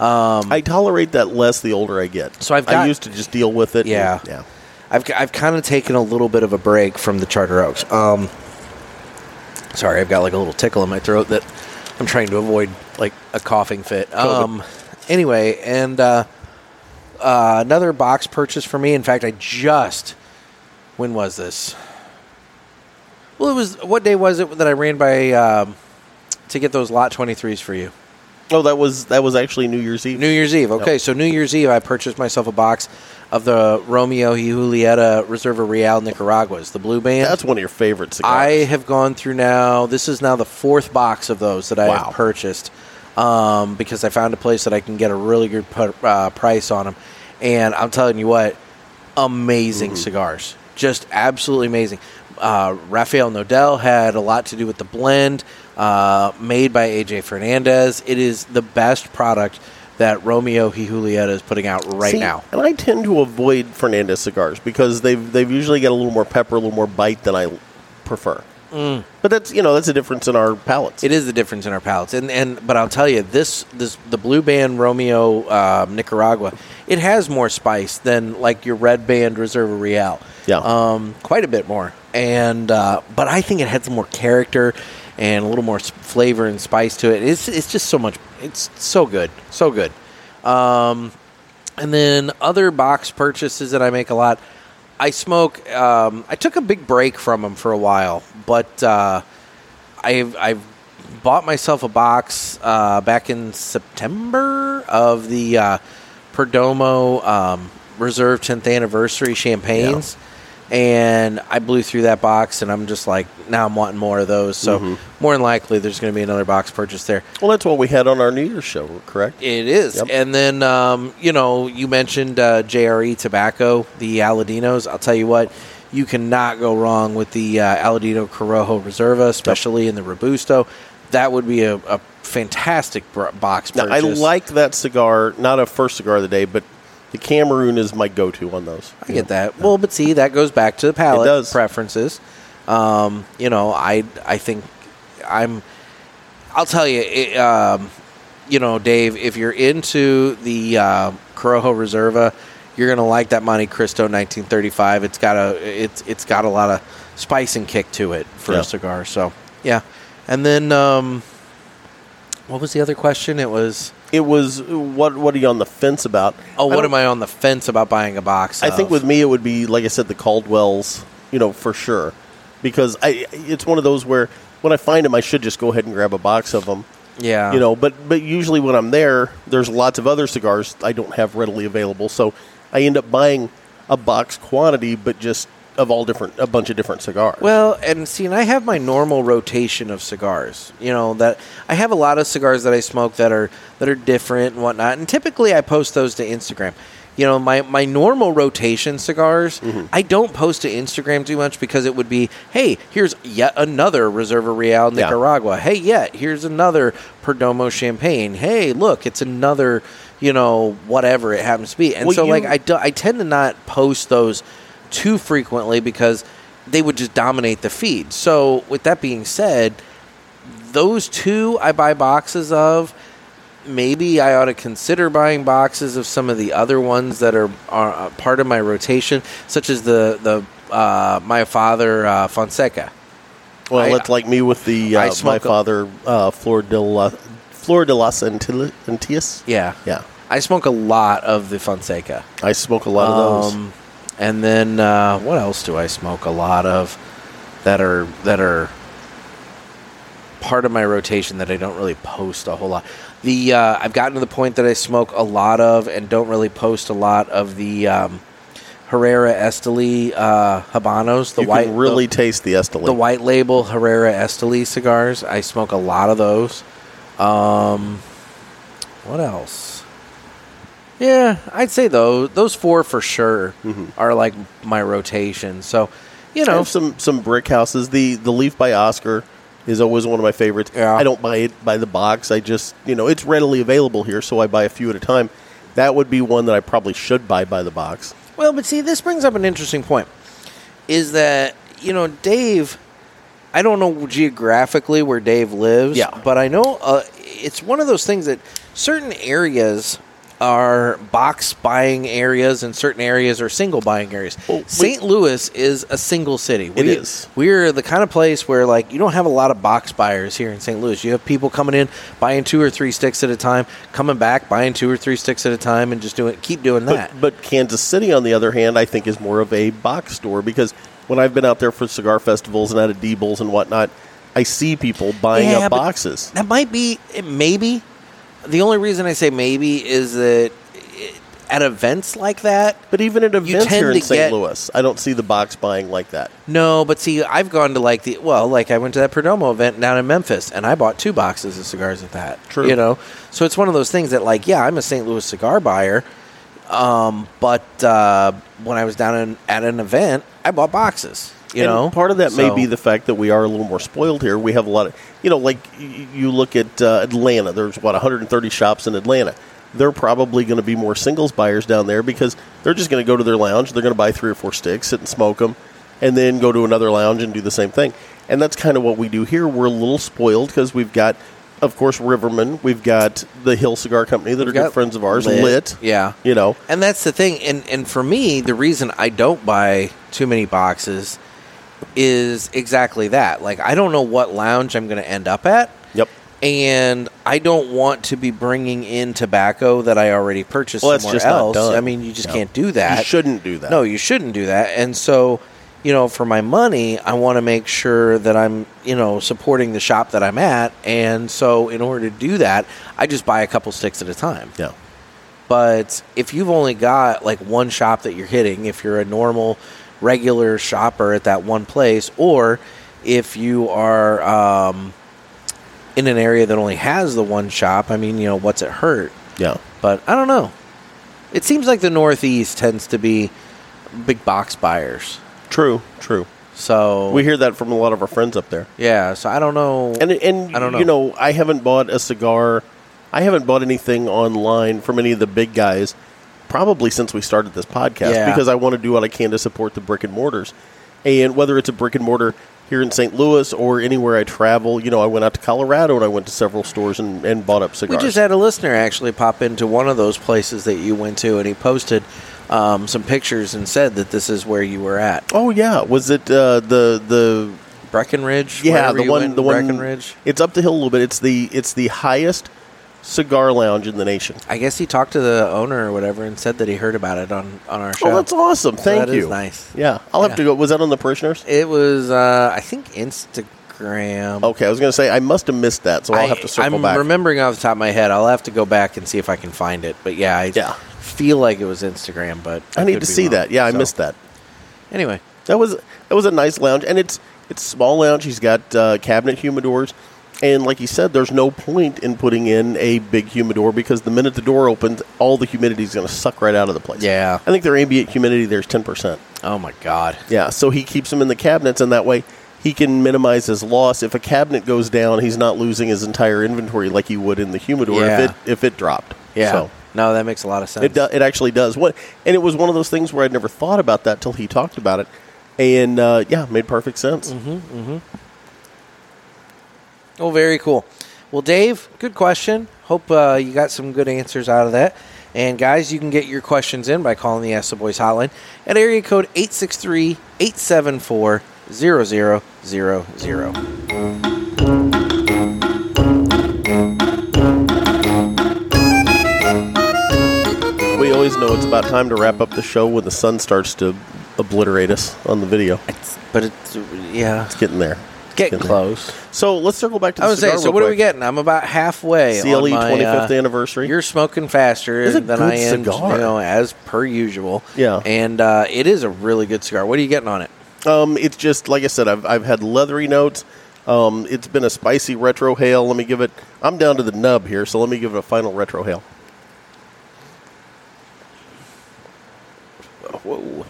Speaker 2: um,
Speaker 3: I tolerate that less the older I get.
Speaker 2: So I've
Speaker 3: I
Speaker 2: got-
Speaker 3: used to just deal with it. and-
Speaker 2: Yeah.
Speaker 3: yeah.
Speaker 2: I've, I've kind of taken a little bit of a break from the Charter Oaks. Um, sorry, I've got like a little tickle in my throat that I'm trying to avoid, like a coughing fit. Um, anyway, and uh, uh, another box purchase for me. In fact, I just when was this? Well, it was what day was it that I ran by um, to get those lot 23s for you?
Speaker 3: Oh, that was that was actually New Year's Eve.
Speaker 2: New Year's Eve. Okay, so New Year's Eve, I purchased myself a box of the Romeo y Julieta Reserva Real Nicaraguas, the blue band.
Speaker 3: That's one of your favorite
Speaker 2: I
Speaker 3: cigars.
Speaker 2: have gone through now. This is now the fourth box of those that I
Speaker 3: Wow.
Speaker 2: have purchased um, because I found a place that I can get a really good pu- uh, price on them. And I'm telling you what, amazing
Speaker 3: Mm-hmm.
Speaker 2: cigars, just absolutely amazing. Uh, Rafael Nodel had a lot to do with the blend uh, made by AJ Fernandez. It is the best product that Romeo y Julieta is putting out right
Speaker 3: See,
Speaker 2: now.
Speaker 3: and I tend to avoid Fernandez cigars because they've they've usually got a little more pepper, a little more bite than I prefer.
Speaker 2: Mm.
Speaker 3: But that's you know that's a difference in our palates.
Speaker 2: It is the difference in our palates, and and but I'll tell you this this the blue band Romeo um, Nicaragua, it has more spice than like your red band Reserva Real,
Speaker 3: Yeah.
Speaker 2: um, quite a bit more. And uh, but I think it had some more character and a little more s- flavor and spice to it. It's it's just so much. It's so good, so good. Um, and then other box purchases that I make a lot. I smoke. Um, I took a big break from them for a while, but uh, I've I've bought myself a box uh, back in September of the uh, Perdomo um, Reserve 10th Anniversary champagnes. And I blew through that box, and I'm just like, now I'm wanting more of those. So,
Speaker 3: Mhm.
Speaker 2: more than likely, there's going to be another box purchase there.
Speaker 3: well, that's what we had on our New Year's show, correct?
Speaker 2: It is.
Speaker 3: Yep.
Speaker 2: And then, um, you know, you mentioned uh, JRE Tobacco, the Aladinos. I'll tell you what, you cannot go wrong with the uh, Aladino Corojo Reserva, especially in the Robusto. That would be a, a fantastic br- box
Speaker 3: Now,
Speaker 2: purchase.
Speaker 3: I like that cigar, not a first cigar of the day, but the Cameroon is my go-to on those.
Speaker 2: I get that. Well, but see, that goes back to the palate
Speaker 3: It does.
Speaker 2: preferences. Um, you know, I I think I'm. I'll tell you, it, um, you know, Dave, if you're into the uh, Corojo Reserva, you're gonna like that Monte Cristo 1935. It's got a it's it's got a lot of spice and kick to it for
Speaker 3: Yeah.
Speaker 2: a cigar. So yeah, and then um, what was the other question? It was
Speaker 3: It was what what are you on the fence about?
Speaker 2: oh, what
Speaker 3: don't-
Speaker 2: am I on the fence about buying a box?
Speaker 3: I think
Speaker 2: of?
Speaker 3: with me it would be like I said the Caldwell's, you know, for sure, because I it's one of those where when I find them, I should just go ahead and grab a box of them.
Speaker 2: Yeah.
Speaker 3: You know, but but usually when I'm there, there's lots of other cigars I don't have readily available, so I end up buying a box quantity, but just of all different, a bunch of different cigars.
Speaker 2: Well, and see, and I have my normal rotation of cigars. You know that I have a lot of cigars that I smoke that are that are different and whatnot. And typically, I post those to Instagram. You know, my my normal rotation cigars, I don't post to Instagram too much because it would be, hey, here's yet another Reserva Real Nicaragua. Hey, yet here's another Perdomo Champagne. Hey, look, it's another, you know, whatever it happens to be. And
Speaker 3: Well,
Speaker 2: so,
Speaker 3: you-
Speaker 2: like, I do, I tend to not post those too frequently because they would just dominate the feed. So, with that being said, those two I buy boxes of. Maybe I ought to consider buying boxes of some of the other ones that are, are uh, part of my rotation, such as the the uh, my father uh, Fonseca.
Speaker 3: Well,
Speaker 2: I-
Speaker 3: that's like me with the
Speaker 2: I
Speaker 3: uh, my
Speaker 2: smoke a-
Speaker 3: father, uh, Flor de la Flor de las Antil- Antillas.
Speaker 2: Yeah,
Speaker 3: yeah.
Speaker 2: I smoke a lot of the Fonseca.
Speaker 3: I smoke a lot of those.
Speaker 2: Um, and then uh, what else do I smoke a lot of that are that are part of my rotation that I don't really post a whole lot. The uh, I've gotten to the point that I smoke a lot of and don't really post a lot of the um, Herrera Esteli uh, Habanos. The
Speaker 3: you
Speaker 2: white
Speaker 3: can really
Speaker 2: the,
Speaker 3: taste the Esteli.
Speaker 2: the white label Herrera Esteli cigars. I smoke a lot of those. Um, what else? Yeah, I'd say those those four for sure are like my rotation. So, you
Speaker 3: I
Speaker 2: know,
Speaker 3: have some some brick houses. The the leaf by Oscar is always one of my favorites. I don't buy it by the box. I just you know it's readily available here, so I buy a few at a time. That would be one that I probably should buy by the box.
Speaker 2: Well, but see, this brings up an interesting point. Is that, you know, Dave, I don't know geographically where Dave lives, yeah. but I know uh, it's one of those things that certain areas are box buying areas and certain areas are single buying areas. St. Louis is a single city. We,
Speaker 3: is.
Speaker 2: We're the kind of place where, like, you don't have a lot of box buyers here in St. Louis. You have people coming in, buying two or three sticks at a time, coming back, buying two or three sticks at a time, and just doing keep doing that.
Speaker 3: But, but Kansas City, on the other hand, I think is more of a box store because when I've been out there for cigar festivals and out at D-Bulls and whatnot, I see people buying
Speaker 2: Yeah,
Speaker 3: up
Speaker 2: but
Speaker 3: boxes.
Speaker 2: That might be it- maybe. The only reason I say maybe is that it, at events like that.
Speaker 3: But even at
Speaker 2: events
Speaker 3: Events here in St. Louis, I don't see the box buying like that.
Speaker 2: No, but see, I've gone to like the well, like I went to that Perdomo event down in Memphis, and I bought two boxes of cigars at that. True, you know. So it's one of those things that, like, yeah, I'm a St. Louis cigar buyer, um, but uh, when I was down in, at an event, I bought boxes. You
Speaker 3: And
Speaker 2: know,
Speaker 3: part of that may
Speaker 2: So-
Speaker 3: be the fact that we are a little more spoiled here. We have a lot of, you know, like y- you look at uh, Atlanta. There's what 130 shops in Atlanta. They're probably going to be more singles buyers down there because they're just going to go to their lounge. They're going to buy three or four sticks, sit and smoke them, and then go to another lounge and do the same thing. And that's kind of what we do here. We're a little spoiled because we've got, of course, Riverman. We've got the Hill Cigar Company that
Speaker 2: We've
Speaker 3: are
Speaker 2: got
Speaker 3: good friends of ours.
Speaker 2: Lit.
Speaker 3: Lit,
Speaker 2: Yeah.
Speaker 3: you know.
Speaker 2: And that's the thing. And and for me, the reason I don't buy too many boxes is exactly that. Like I don't know what lounge I'm going to end up at.
Speaker 3: Yep.
Speaker 2: And I don't want to be bringing in tobacco that I already purchased
Speaker 3: Well, that's
Speaker 2: somewhere
Speaker 3: just not
Speaker 2: else.
Speaker 3: done.
Speaker 2: I mean, you just
Speaker 3: No.
Speaker 2: can't do that.
Speaker 3: You shouldn't do that.
Speaker 2: No, you shouldn't do that. And so, you know, for my money, I want to make sure that I'm, you know, supporting the shop that I'm at. And so, in order to do that, I just buy a couple sticks at a time.
Speaker 3: Yeah.
Speaker 2: But if you've only got like one shop that you're hitting, if you're a normal, regular shopper at that one place, or if you are um, in an area that only has the one shop, I mean, you know, what's it hurt?
Speaker 3: Yeah.
Speaker 2: But I don't know. It seems like the Northeast tends to be big box buyers.
Speaker 3: True. True.
Speaker 2: So
Speaker 3: We hear that from a lot of our friends up there.
Speaker 2: yeah. So I don't know.
Speaker 3: And and
Speaker 2: I don't know.
Speaker 3: you know, I haven't bought a cigar. I haven't bought anything online from any of the big guys probably since we started this podcast
Speaker 2: Yeah.
Speaker 3: because I want to do what I can to support the brick and mortars. And whether it's a brick and mortar here in St. Louis or anywhere I travel, you know, I went out to Colorado and I went to several stores and, and bought up
Speaker 2: We
Speaker 3: cigars.
Speaker 2: just had a listener actually pop into one of those places that you went to, and he posted um, some pictures and said that this is where you were at.
Speaker 3: oh yeah, was it uh, the the
Speaker 2: Breckenridge?
Speaker 3: Yeah,
Speaker 2: Wherever
Speaker 3: the
Speaker 2: you
Speaker 3: one
Speaker 2: went,
Speaker 3: the one
Speaker 2: Breckenridge.
Speaker 3: It's up the hill a little bit. It's the it's the highest cigar lounge in the nation.
Speaker 2: I guess he talked to the owner or whatever and said that he heard about it on, on our show.
Speaker 3: Oh, that's awesome!
Speaker 2: So
Speaker 3: Thank
Speaker 2: that
Speaker 3: you.
Speaker 2: is nice.
Speaker 3: Yeah, I'll have
Speaker 2: Yeah.
Speaker 3: to go. Was that on the parishioners?
Speaker 2: It was, uh, I think, Instagram Graham.
Speaker 3: Okay, I was going to say I must have missed that, Oh, so I'll have to circle
Speaker 2: am
Speaker 3: back.
Speaker 2: remembering off the top of my head. I'll have to go back and see if I can find it. But yeah, I feel like it was Instagram, but
Speaker 3: I need to see that. Yeah, I missed that.
Speaker 2: Anyway,
Speaker 3: that was that was a nice lounge, and it's it's small lounge. He's got uh, cabinet humidors, and like he said, there's no point in putting in a big humidor because the minute the door opens, all the humidity is going to suck right out of the place.
Speaker 2: Yeah.
Speaker 3: I think their ambient humidity there's ten percent.
Speaker 2: Oh my god.
Speaker 3: Yeah, so he keeps them in the cabinets, and that way he can minimize his loss. If a cabinet goes down, he's not losing his entire inventory like he would in the humidor
Speaker 2: Yeah.
Speaker 3: if it if it dropped.
Speaker 2: Yeah.
Speaker 3: So.
Speaker 2: No, that makes a lot of sense.
Speaker 3: It, do, it actually does. What and it was one of those things where I'd never thought about that till he talked about it, and uh, yeah, it made perfect sense.
Speaker 2: Mm-hmm. Oh, very cool. Well, Dave, good question. Hope uh, you got some good answers out of that. And guys, you can get your questions in by calling the Ask the Boys hotline at area code 863-874-0000.
Speaker 3: We always know it's about time to wrap up the show when the sun starts to obliterate us on the video.
Speaker 2: but it's yeah,
Speaker 3: it's getting there. It's
Speaker 2: Getting close.
Speaker 3: So let's circle back to.
Speaker 2: I
Speaker 3: the
Speaker 2: was
Speaker 3: cigar
Speaker 2: saying, so
Speaker 3: real
Speaker 2: what are we
Speaker 3: quick.
Speaker 2: getting? I'm about halfway.
Speaker 3: CLE
Speaker 2: on my,
Speaker 3: 25th
Speaker 2: uh,
Speaker 3: anniversary.
Speaker 2: You're smoking faster
Speaker 3: It's a
Speaker 2: than
Speaker 3: good
Speaker 2: I am,
Speaker 3: cigar.
Speaker 2: you know, as per usual.
Speaker 3: Yeah.
Speaker 2: and uh, it is a really good cigar. What are you getting on it?
Speaker 3: Um, it's just like I said. I've I've had leathery notes. Um, it's been a spicy retro hail. Let me give it. I'm down to the nub here, so let me give it a final retro hail.
Speaker 2: Whoa.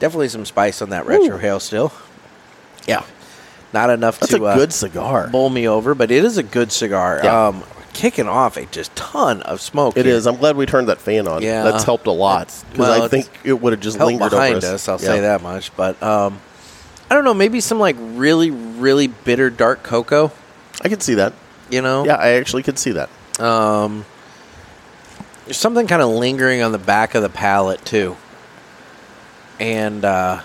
Speaker 2: Definitely some spice on that retro
Speaker 3: Ooh.
Speaker 2: hail still.
Speaker 3: Yeah.
Speaker 2: Not enough
Speaker 3: That's
Speaker 2: to
Speaker 3: a
Speaker 2: uh,
Speaker 3: good cigar.
Speaker 2: bowl me over, but it is a good cigar.
Speaker 3: Yeah.
Speaker 2: Um, kicking off a just ton of smoke.
Speaker 3: It
Speaker 2: here.
Speaker 3: is. I'm glad we turned that fan on.
Speaker 2: Yeah.
Speaker 3: that's helped a lot because
Speaker 2: Well,
Speaker 3: I
Speaker 2: it's
Speaker 3: think it would have just
Speaker 2: helped
Speaker 3: lingered
Speaker 2: behind
Speaker 3: over us.
Speaker 2: I'll
Speaker 3: Yeah.
Speaker 2: say that much. But um, I don't know. Maybe some like really, really bitter dark cocoa.
Speaker 3: I could see that.
Speaker 2: You know.
Speaker 3: Yeah, I actually could see that.
Speaker 2: Um, there's something kind of lingering on the back of the palate too, and uh,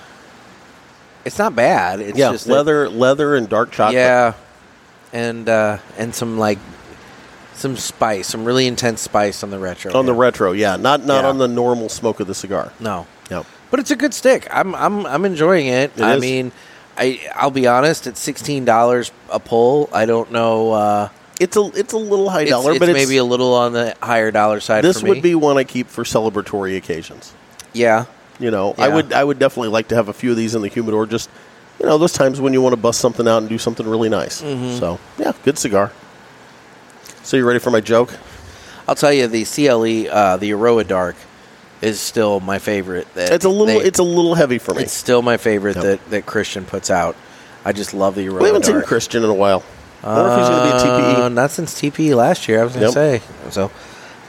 Speaker 2: it's not bad. It's
Speaker 3: yeah,
Speaker 2: just that-
Speaker 3: leather, leather, and dark chocolate.
Speaker 2: Yeah, and uh, and some like some spice, some really intense spice on the retro.
Speaker 3: on the retro. Yeah, not not
Speaker 2: Yeah.
Speaker 3: on the normal smoke of the cigar.
Speaker 2: no,
Speaker 3: No.
Speaker 2: but it's a good stick. I'm I'm I'm enjoying it.
Speaker 3: It
Speaker 2: I
Speaker 3: is.
Speaker 2: mean, I I'll be honest. It's sixteen dollars a pull. I don't know. Uh,
Speaker 3: It's a it's a little high
Speaker 2: it's-
Speaker 3: dollar,
Speaker 2: it's
Speaker 3: but it's,
Speaker 2: maybe a little on the higher dollar side.
Speaker 3: this
Speaker 2: for
Speaker 3: would
Speaker 2: me.
Speaker 3: be one I keep for celebratory occasions.
Speaker 2: yeah.
Speaker 3: You know, I
Speaker 2: Yeah.
Speaker 3: would I would definitely like to have a few of these in the humidor. Just you know, those times when you want to bust something out and do something really nice.
Speaker 2: Mhm.
Speaker 3: So yeah, good cigar. So you ready for my joke?
Speaker 2: I'll tell you, the CLE, uh, the Aroa Dark, is still my favorite. That
Speaker 3: It's a little
Speaker 2: they-
Speaker 3: it's a little heavy for me.
Speaker 2: It's still my favorite that, that Christian puts out. I just love the Aurora
Speaker 3: we haven't
Speaker 2: Dark.
Speaker 3: seen Christian in a while.
Speaker 2: Uh,
Speaker 3: I wonder if he's going to be at TPE.
Speaker 2: Not since TPE last year. I was going
Speaker 3: Yep.
Speaker 2: to say so.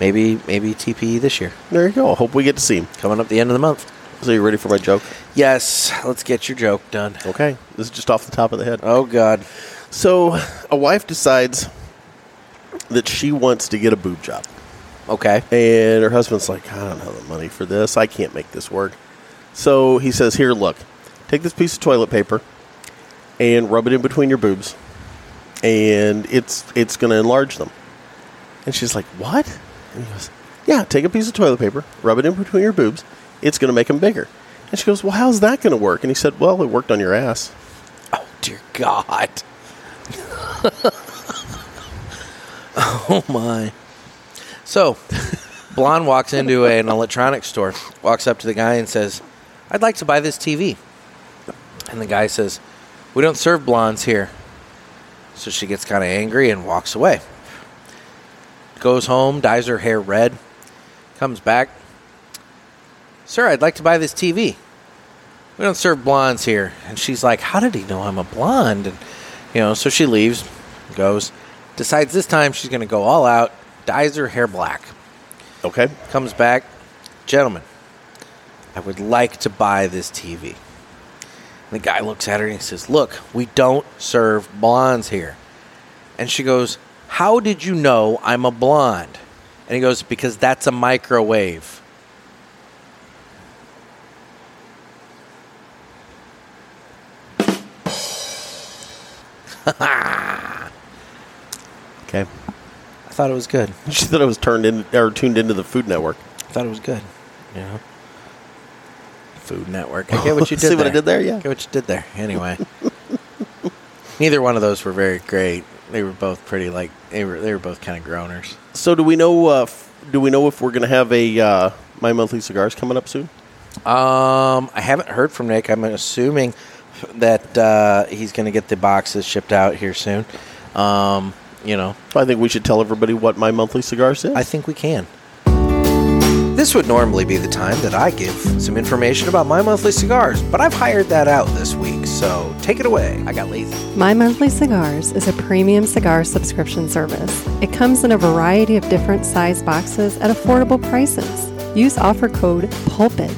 Speaker 2: Maybe maybe TPE this year.
Speaker 3: There you go. I hope we get to see him.
Speaker 2: Coming up the end of the month.
Speaker 3: So you ready for my joke?
Speaker 2: Yes, let's get your joke done.
Speaker 3: Okay. This is just off the top of the head.
Speaker 2: Oh God.
Speaker 3: So a wife decides that she wants to get a boob job.
Speaker 2: Okay.
Speaker 3: And her husband's like, I don't have the money for this. I can't make this work. So he says, Here, look, take this piece of toilet paper and rub it in between your boobs. And it's it's gonna enlarge them. And she's like, What? And he goes, Yeah, take a piece of toilet paper, rub it in between your boobs, it's gonna make them bigger. And she goes, Well, how's that gonna work? And he said, Well, it worked on your ass.
Speaker 2: Oh, Dear God. oh my. So, Blonde walks into an electronics store, walks up to the guy and says, I'd like to buy this TV. And the guy says, We don't serve blondes here. So she gets kind of angry and walks away. Goes home, dyes her hair red, comes back. Sir, I'd like to buy this TV. We don't serve blondes here. And she's like, How did he know I'm a blonde? And, you know, so she leaves, goes, decides this time she's going to go all out, dyes her hair black.
Speaker 3: Okay.
Speaker 2: Comes back, Gentlemen, I would like to buy this TV. And the guy looks at her and he says, Look, we don't serve blondes here. And she goes, How did you know I'm a blonde? And he goes, Because that's a microwave.
Speaker 3: Okay.
Speaker 2: I thought it was good.
Speaker 3: She thought it was turned in or tuned into the food network.
Speaker 2: I thought it was good. Yeah. Food Network. I get what you did
Speaker 3: See
Speaker 2: there.
Speaker 3: what I did there? Yeah.
Speaker 2: Get what you did there. Anyway. Neither one of those were very great. They were both pretty like they were they were both kind of groaners.
Speaker 3: So do we know? Uh, f- do we know if we're going to have a uh, my monthly cigars coming up soon?
Speaker 2: Um, I haven't heard from Nick. I'm assuming that uh, he's going to get the boxes shipped out here soon. Um, you know,
Speaker 3: I think we should tell everybody what my monthly cigars is.
Speaker 2: I think we can. This would normally be the time that I give some information about my monthly cigars, but I've hired that out this week, so take it away. I got lazy.
Speaker 1: My Monthly Cigars is a premium cigar subscription service. It comes in a variety of different size boxes at affordable prices. Use offer code PULPIT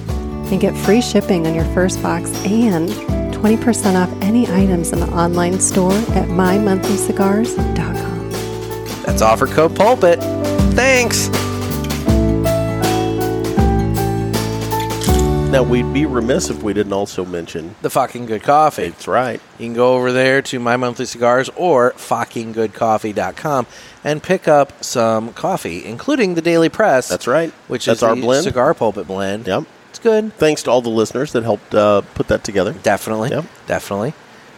Speaker 1: and get free shipping on your first box and 20% off any items in the online store at mymonthlycigars.com.
Speaker 2: That's offer code pulpit. Thanks.
Speaker 3: Now we'd be remiss if we didn't also mention
Speaker 2: The fucking good coffee.
Speaker 3: That's right.
Speaker 2: You can go over there to My Monthly Cigars or fuckinggoodcoffee.com and pick up some coffee, including the Daily Press.
Speaker 3: That's right.
Speaker 2: Which
Speaker 3: That's
Speaker 2: is
Speaker 3: our
Speaker 2: the
Speaker 3: blend.
Speaker 2: cigar pulpit blend.
Speaker 3: Yep.
Speaker 2: It's good.
Speaker 3: Thanks to all the listeners that helped uh, put that together.
Speaker 2: Definitely.
Speaker 3: Yep.
Speaker 2: Definitely.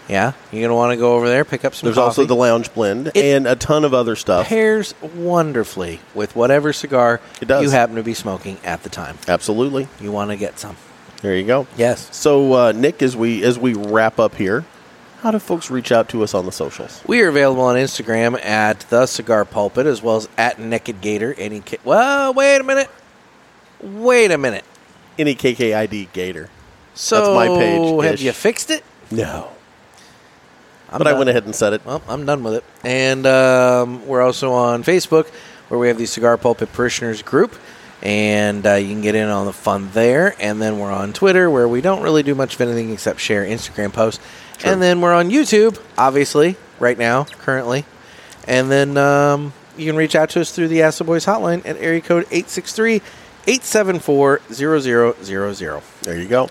Speaker 2: Yeah. You're going to want to go over there, pick up some
Speaker 3: There's
Speaker 2: coffee.
Speaker 3: also the lounge blend
Speaker 2: It-
Speaker 3: and a ton of other stuff.
Speaker 2: pairs wonderfully with whatever cigar
Speaker 3: It does.
Speaker 2: you happen to be smoking at the time.
Speaker 3: Absolutely.
Speaker 2: You want to get some.
Speaker 3: There you go.
Speaker 2: Yes.
Speaker 3: So uh, Nick, as we as we wrap up here, how do folks reach out to us on the socials?
Speaker 2: We are available on Instagram at the Cigar Pulpit as well as at Naked Gator. Any ki- well, wait a minute, wait a minute.
Speaker 3: Any KKID Gator?
Speaker 2: So
Speaker 3: my page-ish.
Speaker 2: Have you fixed it?
Speaker 3: No.
Speaker 2: I'm
Speaker 3: but I
Speaker 2: done.
Speaker 3: went ahead and said it.
Speaker 2: Well, I'm done with it. And um, we're also on Facebook where we have the Cigar Pulpit Parishioners group, and uh, you can get in on the fun there. And then we're on Twitter where we don't really do much of anything except share Instagram posts. And then we're on YouTube, obviously, right now, currently. And then um, you can reach out to us through the Ask the Boys hotline at area code 863 874 0000.
Speaker 3: There you go.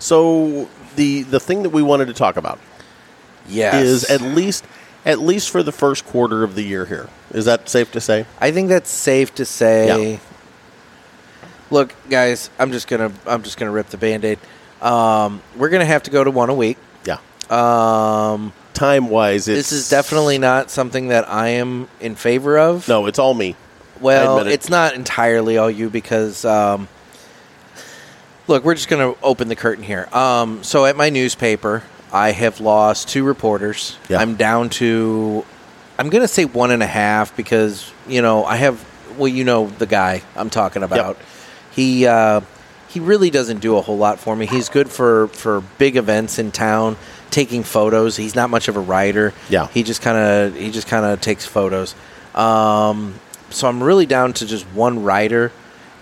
Speaker 3: So the the thing that we wanted to talk about
Speaker 2: Yes.
Speaker 3: is at least at least for the first quarter of the year here. Is that safe to say?
Speaker 2: I think that's safe to say.
Speaker 3: Yeah.
Speaker 2: Look, guys, I'm just gonna I'm just gonna rip the band-aid. Um, we're gonna have to go to one a week.
Speaker 3: Yeah.
Speaker 2: Um,
Speaker 3: Time wise,
Speaker 2: this is definitely not something that I am in favor of.
Speaker 3: no. It's all me. I
Speaker 2: Well,
Speaker 3: admit it.
Speaker 2: it's not entirely all you because, um, look, we're just going to open the curtain here. Um, so at my newspaper, I have lost two reporters.
Speaker 3: Yeah.
Speaker 2: I'm down to, I'm going to say one and a half because, you know, I have, well, you know, the guy I'm talking about. He, uh, he really doesn't do a whole lot for me. He's good for, for big events in town, taking photos. He's not much of a writer.
Speaker 3: Yeah.
Speaker 2: He just kind of he just kind of takes photos. Um, so I'm really down to just one writer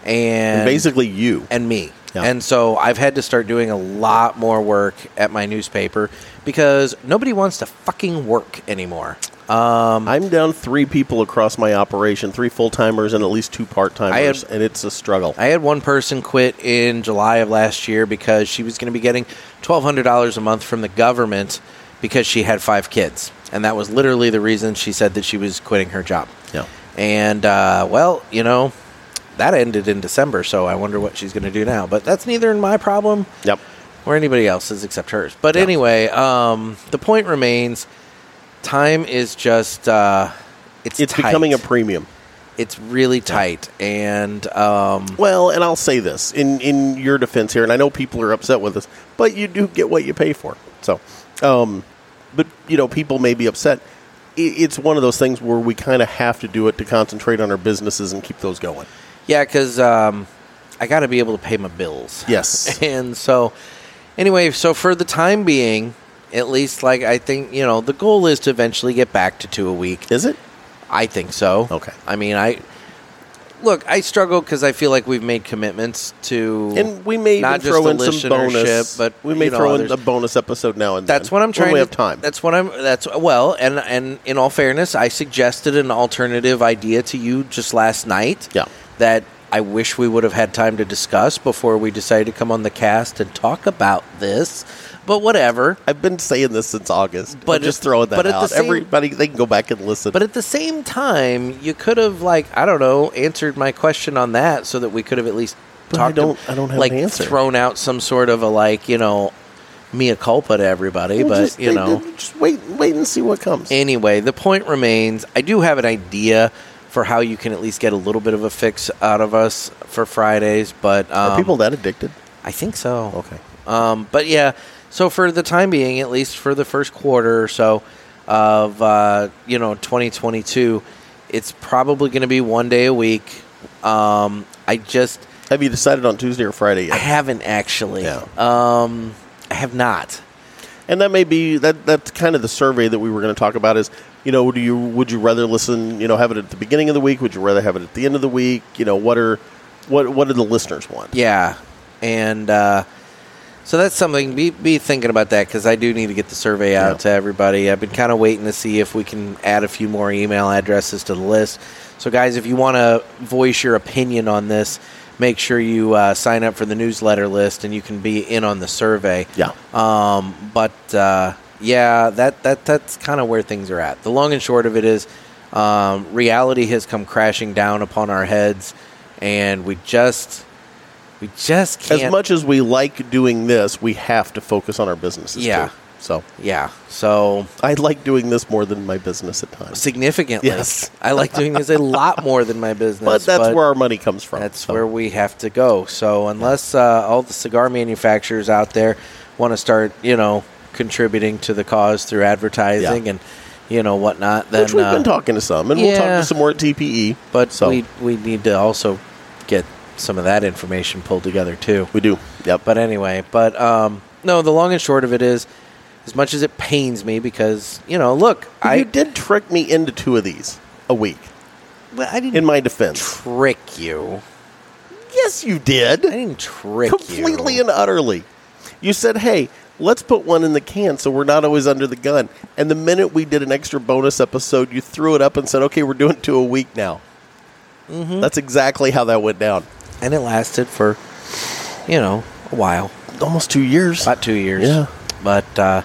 Speaker 2: and,
Speaker 3: And basically you.
Speaker 2: and me.
Speaker 3: Yeah.
Speaker 2: And so I've had to start doing a lot more work at my newspaper because nobody wants to fucking work anymore. Um,
Speaker 3: I'm down three people across my operation, three full timers and at least two part timers, and it's a struggle.
Speaker 2: I had one person quit in July of last year because she was going to be getting $1,200 a month from the government because she had five kids. And that was literally the reason she said that she was quitting her job.
Speaker 3: yeah.
Speaker 2: And uh, well, you know, that ended in December, so I wonder what she's going to do now. But that's neither my problem
Speaker 3: Yep.
Speaker 2: or anybody else's except hers. But anyway, um, the point remains: time is just uh, it's
Speaker 3: It's
Speaker 2: tight.
Speaker 3: becoming a premium.
Speaker 2: it's really tight, and um,
Speaker 3: Well, and I'll say this in in your defense here, and I know people are upset with us, but you do get what you pay for. So, um, but you know, people may be upset. I it's one of those things where we kind of have to do it to concentrate on our businesses and keep those going.
Speaker 2: yeah, because um, I got to be able to pay my bills.
Speaker 3: Yes.
Speaker 2: and so anyway so for the time being at least like i think you know the goal is to eventually get back to two a week
Speaker 3: Is it?
Speaker 2: I think so.
Speaker 3: Okay.
Speaker 2: I mean, I look. I struggle because I feel like we've made commitments to,
Speaker 3: And we may
Speaker 2: not
Speaker 3: even
Speaker 2: just
Speaker 3: throw
Speaker 2: the
Speaker 3: in some bonus,
Speaker 2: listenership, but
Speaker 3: we may
Speaker 2: you know,
Speaker 3: throw
Speaker 2: others.
Speaker 3: in a bonus episode now and
Speaker 2: That's
Speaker 3: then
Speaker 2: what I'm trying
Speaker 3: when we
Speaker 2: to.
Speaker 3: have time.
Speaker 2: That's what I'm. That's well, and and in all fairness, I suggested an alternative idea to you just last night.
Speaker 3: Yeah.
Speaker 2: That I wish we would have had time to discuss before we decided to come on the cast and talk about this. But whatever.
Speaker 3: I've been saying this since August.
Speaker 2: But
Speaker 3: But just
Speaker 2: at-
Speaker 3: throwing that
Speaker 2: but at the
Speaker 3: out.
Speaker 2: same-
Speaker 3: Everybody, they can go back and listen.
Speaker 2: But at the same time, you could have like I don't know answered my question on that so that we could have at least
Speaker 3: But I
Speaker 2: talked.
Speaker 3: don't-
Speaker 2: to-
Speaker 3: I don't have
Speaker 2: like
Speaker 3: an answer.
Speaker 2: thrown out some sort of a like you know mea culpa to everybody,
Speaker 3: Well,
Speaker 2: but
Speaker 3: just-
Speaker 2: you
Speaker 3: they-
Speaker 2: know,
Speaker 3: they- just wait, wait and see what comes.
Speaker 2: Anyway, the point remains. I do have an idea for how you can at least get a little bit of a fix out of us for Fridays, but um,
Speaker 3: Are people Oh, that addicted?
Speaker 2: I think so. Okay. Um, but yeah, so for the time being, at least for the first quarter or so of uh, you know 2022, it's probably going to be one day a week. Um, I just
Speaker 3: have you decided on Tuesday or Friday yet?
Speaker 2: I haven't actually. Um, I have not.
Speaker 3: And that may be that that's kind of the survey that we were going to talk about is, you know, do you would you rather listen, you know, have it at the beginning of the week? Would you rather have it at the end of the week? You know, what are what what do the listeners want?
Speaker 2: Yeah, and uh, so that's something. Be be thinking about that because I do need to get the survey out to everybody. I've been kind of waiting to see if we can add a few more email addresses to the list. So, guys, if you want to voice your opinion on this, make sure you uh, sign up for the newsletter list, and you can be in on the survey.
Speaker 3: Yeah.
Speaker 2: Um, but uh, yeah, that that that's kind of where things are at. The long and short of it is, um, reality has come crashing down upon our heads, and we just we just can't.
Speaker 3: As much as we like doing this, we have to focus on our businesses.
Speaker 2: Yeah.
Speaker 3: Too. So
Speaker 2: yeah. So
Speaker 3: I like doing this more than my business at times.
Speaker 2: significantly,
Speaker 3: Yes.
Speaker 2: I like doing this a lot more than my business.
Speaker 3: But that's where our money comes from.
Speaker 2: That's where we have to go. So unless uh, all the cigar manufacturers out there want to start, you know, contributing to the cause through advertising and you know whatnot, then
Speaker 3: Which we've
Speaker 2: uh,
Speaker 3: been talking to some, and we'll talk
Speaker 2: yeah.
Speaker 3: to some more at E. TPE.
Speaker 2: But
Speaker 3: so
Speaker 2: we we need to also get some of that information pulled together too.
Speaker 3: We do. Yep.
Speaker 2: But anyway, but um, no, the long and short of it is, as much as it pains me because you know, look, I
Speaker 3: you did trick me into two of these a week.
Speaker 2: Well, I didn't
Speaker 3: in my defense.
Speaker 2: trick you.
Speaker 3: Yes, you did. I
Speaker 2: didn't trick
Speaker 3: completely
Speaker 2: you.
Speaker 3: and utterly. You said, "Hey, let's put one in the can, so we're not always under the gun." And the minute we did an extra bonus episode, you threw it up and said, "Okay, we're doing two a week now."
Speaker 2: Mhm.
Speaker 3: That's exactly how that went down.
Speaker 2: and it lasted for you know a while,
Speaker 3: almost two years,
Speaker 2: about two years.
Speaker 3: Yeah.
Speaker 2: but uh,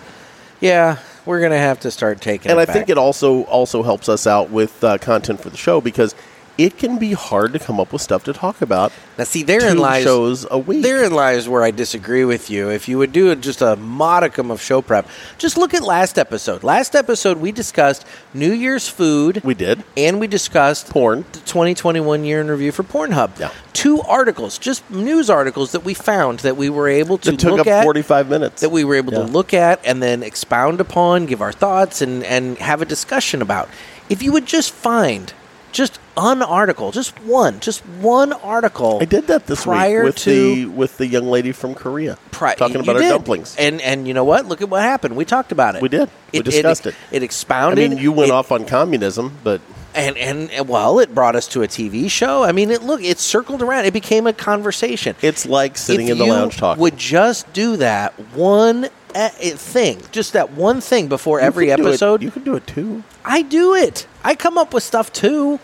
Speaker 2: yeah, we're gonna have to start taking.
Speaker 3: and
Speaker 2: it
Speaker 3: I think
Speaker 2: back.
Speaker 3: it also also helps us out with uh, content for the show because it can be hard to come up with stuff to talk about.
Speaker 2: Now, see, therein
Speaker 3: Two
Speaker 2: lies
Speaker 3: shows a week.
Speaker 2: Therein lies where I disagree with you. If you would do just a modicum of show prep, just look at last episode. Last episode, we discussed New Year's food.
Speaker 3: We did,
Speaker 2: and we discussed
Speaker 3: porn.
Speaker 2: The 2021 year in review for Pornhub. Yeah. Two articles, just news articles that we found that we were able to
Speaker 3: It took
Speaker 2: look
Speaker 3: up
Speaker 2: at.
Speaker 3: forty five minutes.
Speaker 2: that we were able
Speaker 3: Yeah.
Speaker 2: to look at and then expound upon, give our thoughts, and, and have a discussion about. If you would just find just an article, just one, just one article.
Speaker 3: I did that this
Speaker 2: prior
Speaker 3: week with
Speaker 2: to
Speaker 3: the with the young lady from Korea
Speaker 2: pri-
Speaker 3: talking
Speaker 2: you
Speaker 3: about her
Speaker 2: did.
Speaker 3: dumplings.
Speaker 2: And and you know what? Look at what happened. We talked about it.
Speaker 3: We did. We discussed it.
Speaker 2: It
Speaker 3: I
Speaker 2: expounded.
Speaker 3: mean, you went
Speaker 2: It-
Speaker 3: off on communism, but
Speaker 2: and, and and, well, it brought us to a TV show. I mean, it look, it circled around. It became a conversation.
Speaker 3: it's like sitting
Speaker 2: If
Speaker 3: in the
Speaker 2: you
Speaker 3: lounge talking.
Speaker 2: Would just do that one uh, thing, just that one thing before
Speaker 3: You
Speaker 2: every
Speaker 3: could do it-
Speaker 2: episode.
Speaker 3: you can do it too.
Speaker 2: I do it. I come up with stuff too.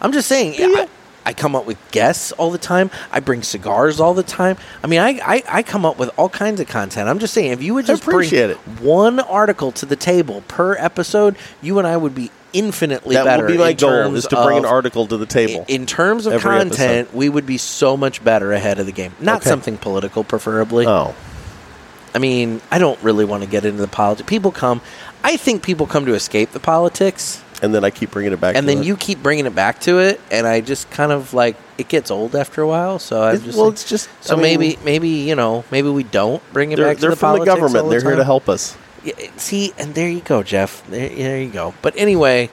Speaker 2: I'm just saying. I, I come up with guests all the time. I bring cigars all the time. I mean, I, I, I come up with all kinds of content. I'm just saying, if you would
Speaker 3: I
Speaker 2: just bring
Speaker 3: appreciate it.
Speaker 2: one article to the table per episode, you and I would be infinitely
Speaker 3: That
Speaker 2: better.
Speaker 3: would be my
Speaker 2: in
Speaker 3: goal:
Speaker 2: terms
Speaker 3: is to bring an
Speaker 2: of-
Speaker 3: article to the table.
Speaker 2: in terms of
Speaker 3: Every
Speaker 2: content,
Speaker 3: episode.
Speaker 2: we would be so much better ahead of the game. Not
Speaker 3: Okay.
Speaker 2: something political, preferably.
Speaker 3: Oh.
Speaker 2: I mean, I don't really want to get into the politics. People come, I think people come to escape the politics,
Speaker 3: and then I keep bringing it back.
Speaker 2: and
Speaker 3: to
Speaker 2: then
Speaker 3: it.
Speaker 2: you keep bringing it back to it, and I just kind of like it gets old after a while. So I'm
Speaker 3: It-
Speaker 2: just
Speaker 3: well,
Speaker 2: like-
Speaker 3: it's just-
Speaker 2: so
Speaker 3: I mean-
Speaker 2: maybe maybe you know maybe we don't bring it
Speaker 3: they're,
Speaker 2: back.
Speaker 3: they're
Speaker 2: to the
Speaker 3: from the
Speaker 2: politics all
Speaker 3: government.
Speaker 2: the
Speaker 3: they're here to
Speaker 2: time.
Speaker 3: help us.
Speaker 2: Yeah, see, and there you go, Jeff. There, there you go. But anyway,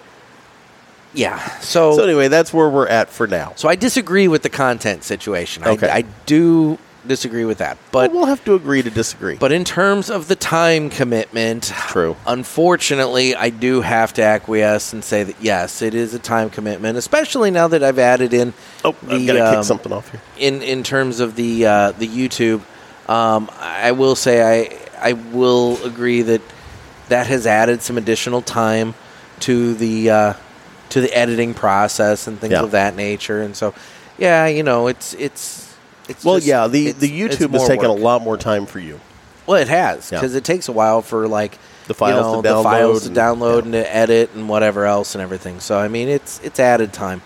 Speaker 2: yeah. So
Speaker 3: So anyway, that's where we're at for now.
Speaker 2: So I disagree with the content situation.
Speaker 3: Okay.
Speaker 2: I, I do disagree with that. But
Speaker 3: we'll have to agree to disagree.
Speaker 2: but in terms of the time commitment,
Speaker 3: True.
Speaker 2: Unfortunately, I do have to acquiesce and say that yes, it is a time commitment, especially now that I've added in
Speaker 3: Oh, I've got to
Speaker 2: um,
Speaker 3: kick something off here.
Speaker 2: in in terms of the uh, the YouTube, um, I will say I I will agree that that has added some additional time to the uh, to the editing process and things
Speaker 3: Yeah.
Speaker 2: of that nature, and so yeah, you know, it's it's it's
Speaker 3: Well,
Speaker 2: just-
Speaker 3: yeah, the
Speaker 2: it's-
Speaker 3: the
Speaker 2: it's
Speaker 3: YouTube
Speaker 2: more
Speaker 3: has taken
Speaker 2: work.
Speaker 3: a lot more time for you.
Speaker 2: Well, it has
Speaker 3: Yeah.
Speaker 2: because it takes a while for like
Speaker 3: The files
Speaker 2: you know,
Speaker 3: to
Speaker 2: the files
Speaker 3: download
Speaker 2: to
Speaker 3: and-
Speaker 2: download and to edit and whatever else and everything. So I mean, it's it's added time.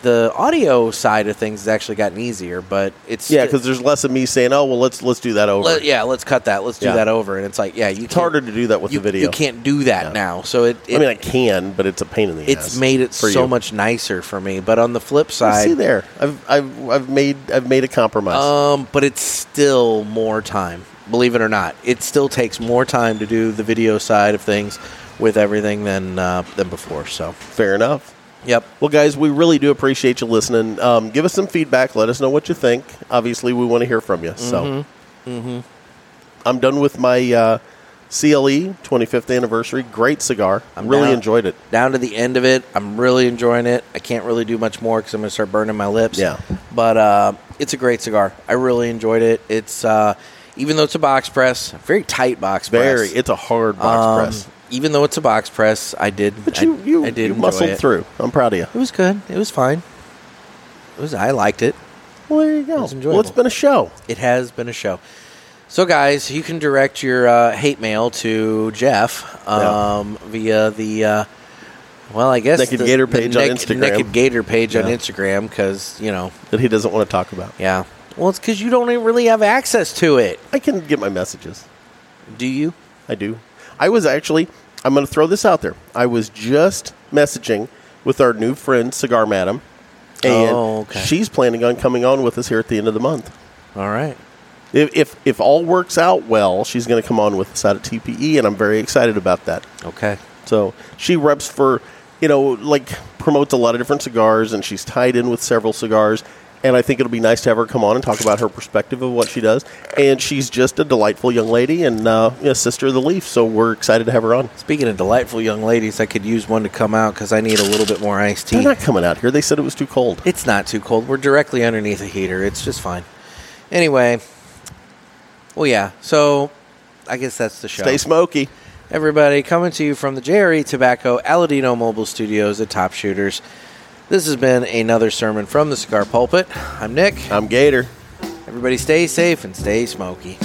Speaker 2: the audio side of things has actually gotten easier, but it's
Speaker 3: Yeah, because there's less of me saying, "Oh, well, let's let's do that over."
Speaker 2: Let- yeah, let's cut that. Let's do
Speaker 3: Yeah.
Speaker 2: that over. And it's like, yeah, you
Speaker 3: it's harder to do that with
Speaker 2: you,
Speaker 3: the video.
Speaker 2: You can't do that
Speaker 3: Yeah.
Speaker 2: now. So it,
Speaker 3: I
Speaker 2: it-
Speaker 3: mean, I can, but it's a pain in the ass.
Speaker 2: it's made it
Speaker 3: for
Speaker 2: so
Speaker 3: you.
Speaker 2: much nicer for me. But on the flip side,
Speaker 3: See there, I've, I've I've made I've made a compromise.
Speaker 2: Um, but it's still more time. Believe it or not, it still takes more time to do the video side of things with everything than uh, than before. So
Speaker 3: Fair enough.
Speaker 2: Yep.
Speaker 3: Well, guys, we really do appreciate you listening. Um, give us some feedback. Let us know what you think. Obviously, we want to hear from you.
Speaker 2: Mm-hmm.
Speaker 3: So
Speaker 2: Mhm.
Speaker 3: I'm done with my uh, CLE 25th anniversary. Great cigar. I
Speaker 2: I'm
Speaker 3: really
Speaker 2: down-
Speaker 3: enjoyed it.
Speaker 2: Down to the end of it, I'm really enjoying it. I can't really do much more because I'm gonna start burning my lips.
Speaker 3: Yeah.
Speaker 2: but uh, it's a great cigar. I really enjoyed it. It's uh, even though it's a box press, very tight box press.
Speaker 3: Very. It's a hard box
Speaker 2: Um,
Speaker 3: press.
Speaker 2: Even though it's a box press, I did.
Speaker 3: But you
Speaker 2: I,
Speaker 3: you,
Speaker 2: I did
Speaker 3: you
Speaker 2: enjoy
Speaker 3: muscled
Speaker 2: it.
Speaker 3: through. I'm proud of you.
Speaker 2: It was good. It was fine. It was. I liked it.
Speaker 3: Well, there you
Speaker 2: It
Speaker 3: go.
Speaker 2: was enjoyable.
Speaker 3: well, it's been a show.
Speaker 2: It has been a show. So, guys, you can direct your uh, hate mail to Jeff um, via the. Uh, well, I guess
Speaker 3: Naked
Speaker 2: the-
Speaker 3: Gator
Speaker 2: the
Speaker 3: page on
Speaker 2: Naked-
Speaker 3: Instagram.
Speaker 2: Naked Gator page on
Speaker 3: Yeah.
Speaker 2: Instagram because you know,
Speaker 3: That he doesn't want to talk about.
Speaker 2: yeah. Well, it's because you don't even really have access to it.
Speaker 3: I can get my messages.
Speaker 2: Do you?
Speaker 3: I do. I was actually. I'm going to throw this out there. I was just messaging with our new friend Cigar Madam, and
Speaker 2: Oh, okay.
Speaker 3: she's planning on coming on with us here at the end of the month.
Speaker 2: All right.
Speaker 3: If if, if all works out well, she's going to come on with us out at TPE, and I'm very excited about that.
Speaker 2: Okay.
Speaker 3: So she reps for, you know, like promotes a lot of different cigars, and she's tied in with several cigars. And I think it'll be nice to have her come on and talk about her perspective of what she does. And she's just a delightful young lady and uh, a sister of the leaf. So we're excited to have her on.
Speaker 2: Speaking of delightful young ladies, I could use one to come out because I need a little bit more iced
Speaker 3: They're
Speaker 2: tea.
Speaker 3: not coming out here. They said it was too cold.
Speaker 2: It's not too cold. We're directly underneath a heater. It's just fine. Anyway, well, yeah. So I guess that's the show.
Speaker 3: Stay smoky.
Speaker 2: Everybody, coming to you from the JRE Tobacco Aladino Mobile Studios at Top Shooters. This has been another sermon from the Cigar Pulpit. I'm Nick.
Speaker 3: I'm Gator.
Speaker 2: Everybody, stay safe and stay smoky.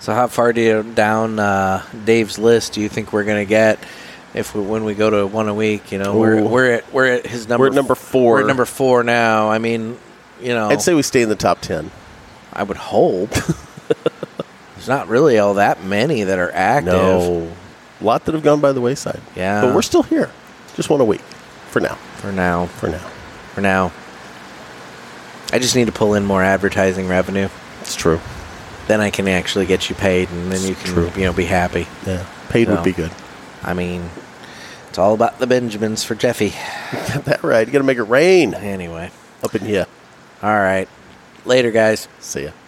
Speaker 2: So, how far do you, down uh, Dave's list do you think we're gonna get if we, when we go to one a week? You know, we're,
Speaker 3: Ooh.
Speaker 2: we're at we're at his number.
Speaker 3: We're at number four.
Speaker 2: We're at number four now. I mean, you know,
Speaker 3: I'd say we stay in the top 10.
Speaker 2: I would hope. There's not really all that many that are active.
Speaker 3: No. A lot that have gone by the wayside.
Speaker 2: Yeah.
Speaker 3: But we're still here. Just one a week for now.
Speaker 2: For now.
Speaker 3: For now.
Speaker 2: For now. I just need to pull in more advertising revenue.
Speaker 3: It's true.
Speaker 2: Then I can actually get you paid and then you
Speaker 3: It's
Speaker 2: can
Speaker 3: true.
Speaker 2: you know be happy.
Speaker 3: Yeah. Paid
Speaker 2: No.
Speaker 3: would be good.
Speaker 2: I mean it's all about the Benjamins for Jeffy.
Speaker 3: Got that right. You got to make it rain
Speaker 2: Anyway.
Speaker 3: up in here.
Speaker 2: All right. Later guys.
Speaker 3: See ya.